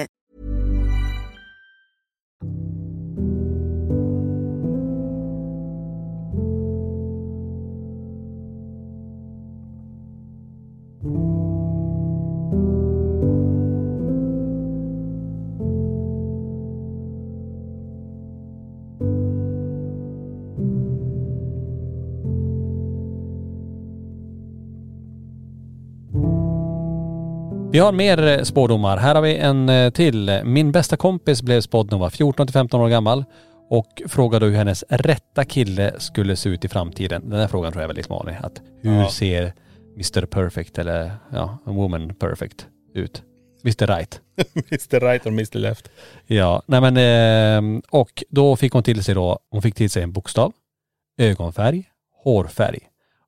Speaker 1: Vi har mer eh, spådomar. Här har vi en eh, till. Min bästa kompis blev spådd när hon var 14 till 15 år gammal och frågade hur hennes rätta kille skulle se ut i framtiden. Den här frågan tror jag är väldigt vanlig. Att hur
Speaker 4: Ja.
Speaker 1: ser Mr Perfect eller ja, Woman Perfect ut? Mr Right.
Speaker 2: Mr Right och Mr Left.
Speaker 1: Ja, nej men ehm, och då fick hon till sig då, hon fick till sig en bokstav, ögonfärg, hårfärg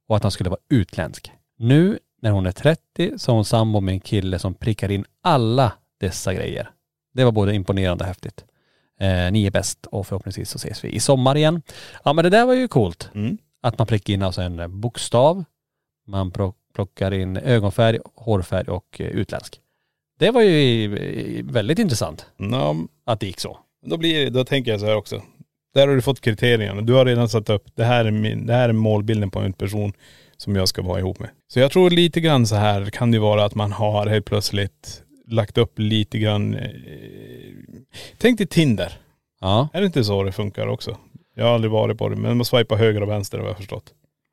Speaker 1: och att han skulle vara utländsk. Nu när hon är 30 så är hon sambo med en kille som prickar in alla dessa grejer. Det var både imponerande och häftigt. Eh, ni är bäst och förhoppningsvis så ses vi i sommar igen. Ja men det där var ju coolt. Att man prickar in alltså en bokstav, man pro- plockar in ögonfärg, hårfärg och eh, utländsk. Det var ju eh, väldigt intressant. Att det gick så.
Speaker 2: Då, blir, då tänker jag så här också. Där har du fått kriterierna. Du har redan satt upp, det här, är min, det här är målbilden på en person som jag ska vara ihop med. Så jag tror lite grann så här kan det vara att man har helt plötsligt lagt upp lite grann. Eh, tänk dig Tinder.
Speaker 1: Ja.
Speaker 2: Är det inte så det funkar också? Jag har aldrig varit på det, men man swipar höger och vänster har jag förstått.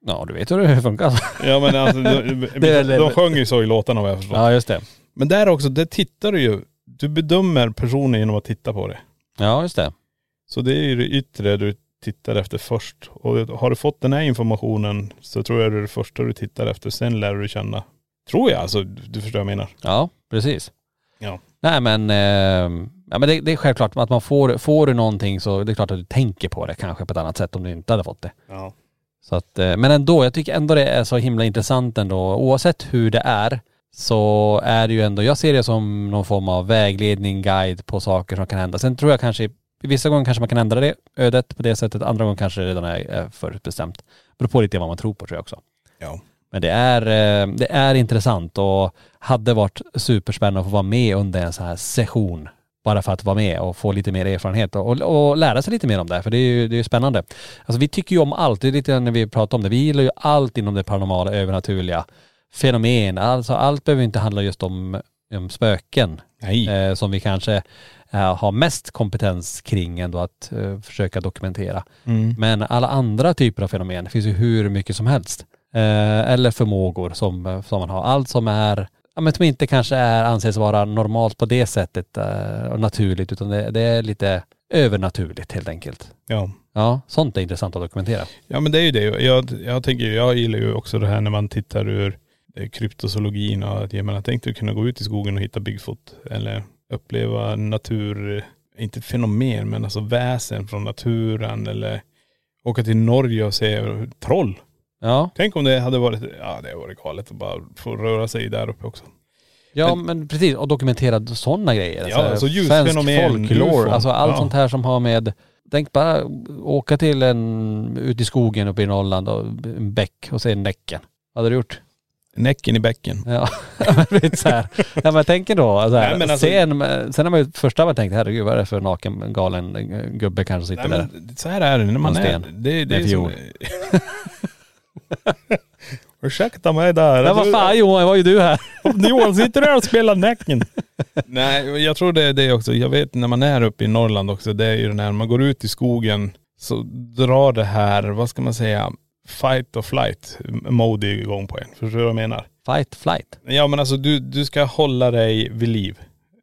Speaker 1: Ja du vet hur det funkar.
Speaker 2: Ja men alltså, de,
Speaker 1: Det
Speaker 2: de,
Speaker 1: är-
Speaker 2: de sjöng ju så i låtarna vad jag förstår.
Speaker 1: Ja just det.
Speaker 2: Men där också, där tittar du ju. Du bedömer personen genom att titta på det.
Speaker 1: Ja just det.
Speaker 2: Så det är ju det yttre du tittar efter först. Och har du fått den här informationen så tror jag det är det första du tittar efter. Sen lär du känna. Tror jag alltså. Du förstår vad jag menar.
Speaker 1: Ja precis.
Speaker 2: Ja.
Speaker 1: Nej men, eh, ja, men det, det är självklart att man får, får du någonting så det är klart att du tänker på det kanske på ett annat sätt om du inte hade fått det.
Speaker 2: Ja.
Speaker 1: Så att, eh, men ändå, jag tycker ändå det är så himla intressant ändå. Oavsett hur det är så är det ju ändå, jag ser det som någon form av vägledning, guide på saker som kan hända. Sen tror jag kanske, vissa gånger kanske man kan ändra det ödet på det sättet, andra gånger kanske det redan är, är förutbestämt. Beror på lite vad man tror på tror jag också.
Speaker 2: Ja.
Speaker 1: Men det är, eh, det är intressant och hade varit superspännande att få vara med under en sån här session. Bara för att vara med och få lite mer erfarenhet och, och, och lära sig lite mer om det här, för det är ju det är ju spännande. Alltså vi tycker ju om allt, det är lite när vi pratar om det, vi gillar ju allt inom det paranormala, övernaturliga, fenomen. Alltså allt behöver inte handla just om, om spöken. Eh, som vi kanske eh, har mest kompetens kring ändå att eh, försöka dokumentera.
Speaker 5: Mm.
Speaker 1: Men alla andra typer av fenomen det finns ju hur mycket som helst. Eh, eller förmågor som, eh, som man har. Allt som är, ja, men som inte kanske är, anses vara normalt på det sättet eh, och naturligt utan det, det är lite övernaturligt helt enkelt.
Speaker 2: Ja.
Speaker 1: Ja, sånt är intressant att dokumentera.
Speaker 2: Ja men det är ju det. Jag, jag tänker, ju- jag gillar ju också det här när man tittar ur eh, kryptozoologin och att, jag menar, tänk dig att kunna gå ut i skogen och hitta Bigfoot eller uppleva natur, eh, inte fenomen men alltså väsen från naturen eller åka till Norge och se troll.
Speaker 1: Ja.
Speaker 2: Tänk om det hade varit, ja det hade varit galet att bara få röra sig där uppe också.
Speaker 1: Ja men, precis, och dokumentera sådana grejer.
Speaker 2: Ja,
Speaker 1: Så här,
Speaker 2: alltså
Speaker 1: svensk
Speaker 2: ljusfenomen,
Speaker 1: folklore,
Speaker 2: UFO.
Speaker 1: alltså allt
Speaker 2: Ja.
Speaker 1: sånt här som har med, tänk bara åka till en, ut i skogen uppe i Norrland och en bäck och se Näcken. Vad hade du gjort?
Speaker 2: Näcken i bäcken.
Speaker 1: Ja, lite så här. Ja men tänk er då, så här,
Speaker 2: Nej, men alltså-
Speaker 1: se en, sen har man ju första man tänkt, herregud vad är det för naken galen eh, gubbe kanske sitter
Speaker 2: Nej, men, så här är det när man
Speaker 1: Någon
Speaker 2: är,
Speaker 1: sten.
Speaker 2: det,
Speaker 1: Med
Speaker 2: det är som,
Speaker 1: fiol.
Speaker 2: Ursäkta mig där.
Speaker 1: där? Ja vad fan Johan, var ju du här?
Speaker 2: Johan sitter där och spelar Näcken. Nej, jag tror det är det också. Jag vet när man är uppe i Norrland också, det är ju den här, man går ut i skogen så drar det här, vad ska man säga, fight or flight mode igång på en. Förstår du vad jag menar?
Speaker 1: Fight, flight.
Speaker 2: Ja men alltså du, du ska hålla dig vid liv.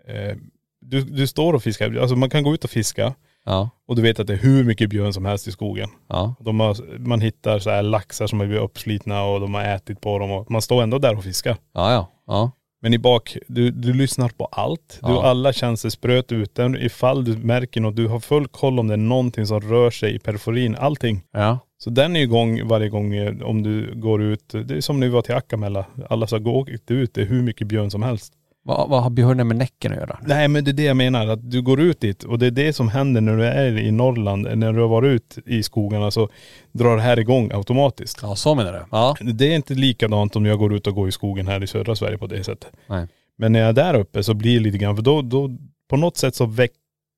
Speaker 2: Eh, Du, du står och fiskar, alltså man kan gå ut och fiska.
Speaker 1: Ja.
Speaker 2: Och du vet att det är hur mycket björn som helst i skogen.
Speaker 1: Ja.
Speaker 2: De har, man hittar så här laxar som har blivit uppslitna och de har ätit på dem och man står ändå där och fiskar.
Speaker 1: Ja ja, ja.
Speaker 2: Men i bak, du, du lyssnar på allt. Du
Speaker 1: Ja.
Speaker 2: alla känslor spröt ut den. Ifall du märker något, du har full koll om det är någonting som rör sig i periferin, allting.
Speaker 1: Ja.
Speaker 2: Så den är ju igång varje gång eh, om du går ut. Det är som när vi var till Akkamela. Alla sa gå inte ut, det är hur mycket björn som helst.
Speaker 1: Vad, vad har björnen med Näcken att göra?
Speaker 2: Nej men det är det jag menar, att du går ut dit och det är det som händer när du är i Norrland, när du har varit ut i skogarna så drar det här igång automatiskt.
Speaker 1: Ja så menar du? Ja.
Speaker 2: Det är inte likadant om jag går ut och går i skogen här i södra Sverige på det sättet.
Speaker 1: Nej.
Speaker 2: Men när jag är där uppe så blir det lite grann, för då, då på något sätt så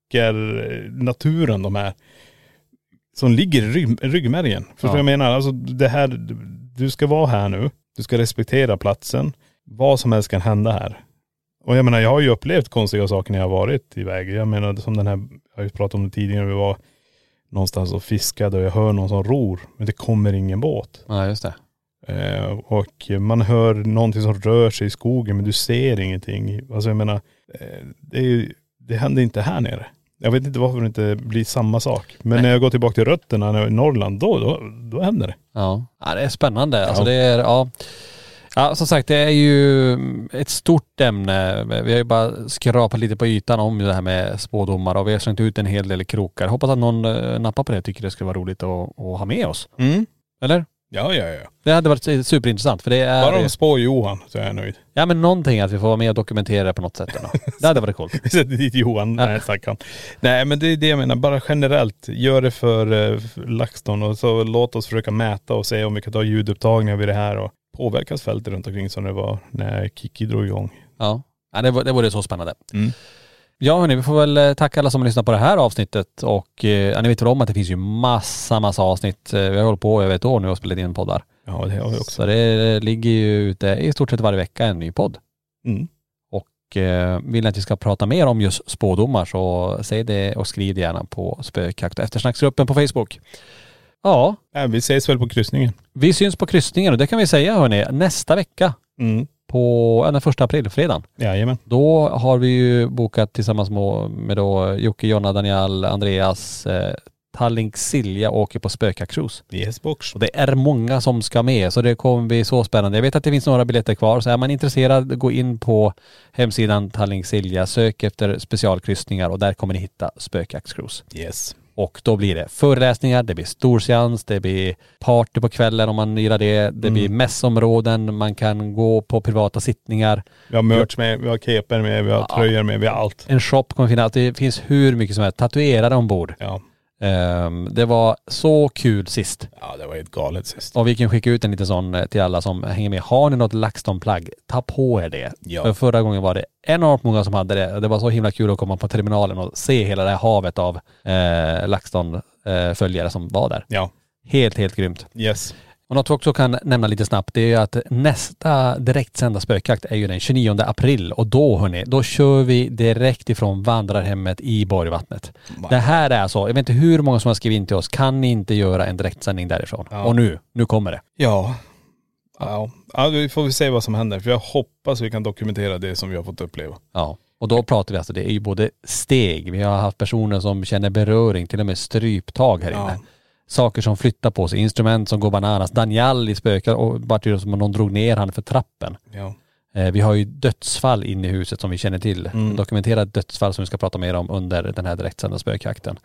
Speaker 2: väcker eh, naturen de här som ligger i rygg, ryggmärgen. Förstår
Speaker 5: Ja.
Speaker 2: du vad jag menar? Alltså det här, du ska vara här nu, du ska respektera platsen, vad som helst kan hända här. Och jag menar jag har ju upplevt konstiga saker när jag har varit iväg. Jag menar som den här, jag har ju pratat om det tidigare, vi var någonstans och fiskade och jag hör någon som ror, men det kommer ingen båt.
Speaker 1: Ja just det.
Speaker 2: Eh, och man hör någonting som rör sig i skogen men du ser ingenting. Alltså jag menar, eh, det, är, ju- det händer inte här nere. Jag vet inte varför det inte blir samma sak. Men när jag går tillbaka till rötterna när jag är i Norrland, då, då, då händer det.
Speaker 1: Ja. ja, det är spännande. Alltså det är, ja. ja. Som sagt, det är ju ett stort ämne. Vi har ju bara skrapat lite på ytan om det här med spådomar och vi har slängt ut en hel del krokar. Hoppas att någon eh, nappar på det och tycker det skulle vara roligt att, att ha med oss.
Speaker 2: Mm.
Speaker 1: Eller?
Speaker 2: Ja, ja, ja.
Speaker 1: Det hade varit superintressant för det är..
Speaker 2: Bara de spår Johan så är jag nöjd.
Speaker 1: Ja men någonting att vi får vara med och dokumentera det på något sätt. ändå. Det hade varit coolt.
Speaker 2: Vi sätter dit Johan. Nej tack han. Nej men det är det jag menar, bara generellt. Gör det för, eh, för LaxTon och så låt oss försöka mäta och se om vi kan ta ljudupptagningar vid det här och påverkas fältet runt omkring som det var när Kiki drog igång.
Speaker 1: Ja, ja det, var, det vore så spännande.
Speaker 2: Mm.
Speaker 1: Ja hörni, vi får väl eh, tacka alla som lyssnar på det här avsnittet och eh, ja, ni vet väl om att det finns ju massa, massa avsnitt. Eh, Vi har hållit på över ett år nu och spelat in poddar.
Speaker 2: Ja det har vi också.
Speaker 1: Så det eh, ligger ju ute i stort sett varje vecka en ny podd.
Speaker 2: Mm.
Speaker 1: Och eh, vill ni att vi ska prata mer om just spådomar så säg det och skriv det gärna på spökjakt och eftersnacksgruppen på Facebook. Ja.
Speaker 2: Nej, vi ses väl på kryssningen.
Speaker 1: Vi syns på kryssningen och det kan vi säga hörni, nästa vecka
Speaker 2: Mm.
Speaker 1: på ja, den första april, fredagen.
Speaker 2: Jajamän.
Speaker 1: Då har vi ju bokat tillsammans med, med då Jocke, Jonna, Daniel, Andreas, eh, Tallink, Silja åker på spökacruise.
Speaker 2: Yes box.
Speaker 1: Och det är många som ska med så det kommer bli så spännande. Jag vet att det finns några biljetter kvar så är man intresserad gå in på hemsidan Tallink, Silja, sök efter specialkryssningar och där kommer ni hitta spökjactscruise.
Speaker 2: Yes.
Speaker 1: Och då blir det föreläsningar, det blir storseans, det blir party på kvällen om man gillar det, det blir mässområden, man kan gå på privata sittningar.
Speaker 2: Vi har merch med, vi har keper med, vi har tröjor med, vi har allt.
Speaker 1: En shop kommer finnas. Det finns hur mycket som helst. Tatuerade ombord.
Speaker 2: Ja.
Speaker 1: Ehm, det var så kul sist.
Speaker 2: Ja, det var helt galet sist.
Speaker 1: Och vi kan skicka ut en liten sån eh, till alla som hänger med. Har ni något LaxTon-plagg, ta på er det.
Speaker 2: Ja.
Speaker 1: För förra gången var det enormt många som hade det. Det var så himla kul att komma på terminalen och se hela det här havet av eh, LaxTon-följare som var där.
Speaker 2: Ja.
Speaker 1: Helt, helt grymt.
Speaker 2: Yes.
Speaker 1: Och något vi också kan nämna lite snabbt det är ju att nästa direktsända spökjakt är ju den 29 april och då hörni, då kör vi direkt ifrån vandrarhemmet i Borgvattnet. Det här är alltså, jag vet inte hur många som har skrivit in till oss, kan ni inte göra en direktsändning därifrån?
Speaker 2: Ja.
Speaker 1: Och nu, nu kommer det.
Speaker 2: Ja. Ja. ja, vi får vi se vad som händer. För jag hoppas vi kan dokumentera det som vi har fått uppleva.
Speaker 1: Ja. Och då pratar vi alltså, det är ju både steg, vi har haft personer som känner beröring, till och med stryptag här inne. Saker som flyttar på sig, instrument som går bananas. Daniel i spökar och vart ju som om någon drog ner han för trappen.
Speaker 2: Ja.
Speaker 1: Eh, Vi har ju dödsfall inne i huset som vi känner till. Dokumenterade dödsfall som vi ska prata mer om under den här direktsända spökjakten.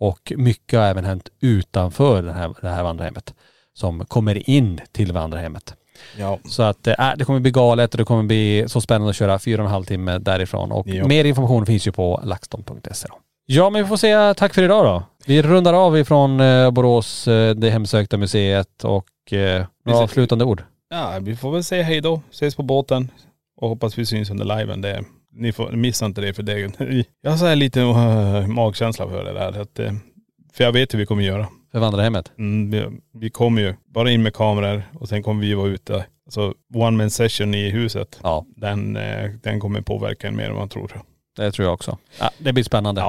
Speaker 1: Och mycket har även hänt utanför den här, det här vandrarhemmet som kommer in till vandrarhemmet.
Speaker 2: Ja.
Speaker 1: Så att eh, det kommer bli galet och det kommer bli så spännande att köra fyra och en halv timme därifrån. Och
Speaker 2: Ja.
Speaker 1: mer information finns ju på laxton.se. då. Ja men vi får säga tack för idag då. Vi rundar av ifrån eh, Borås, eh, det hemsökta museet och eh, några avslutande ord.
Speaker 2: Ja, vi får väl säga hej då. Ses på båten. Och hoppas vi syns under liven. Det, ni får, missa inte det för det. Jag har så här lite eh, magkänsla för det där. Att, eh, för jag vet hur vi kommer göra.
Speaker 1: För vandrarhemmet?
Speaker 2: Mm, vi, vi kommer ju bara in med kameror och sen kommer vi vara ute. Alltså one man session i huset.
Speaker 1: Ja.
Speaker 2: Den, eh, den kommer påverka en mer än man tror.
Speaker 1: Det tror jag också. Ja, det blir spännande.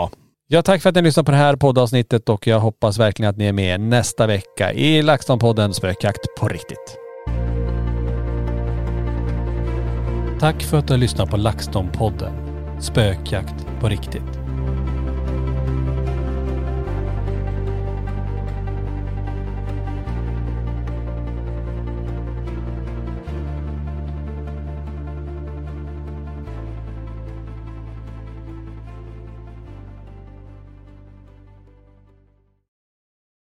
Speaker 1: Ja. tack för att ni lyssnade på det här poddavsnittet och jag hoppas verkligen att ni är med nästa vecka i LaxTon-podden Spökjakt på riktigt. Tack för att du har lyssnat på LaxTon-podden Spökjakt på riktigt.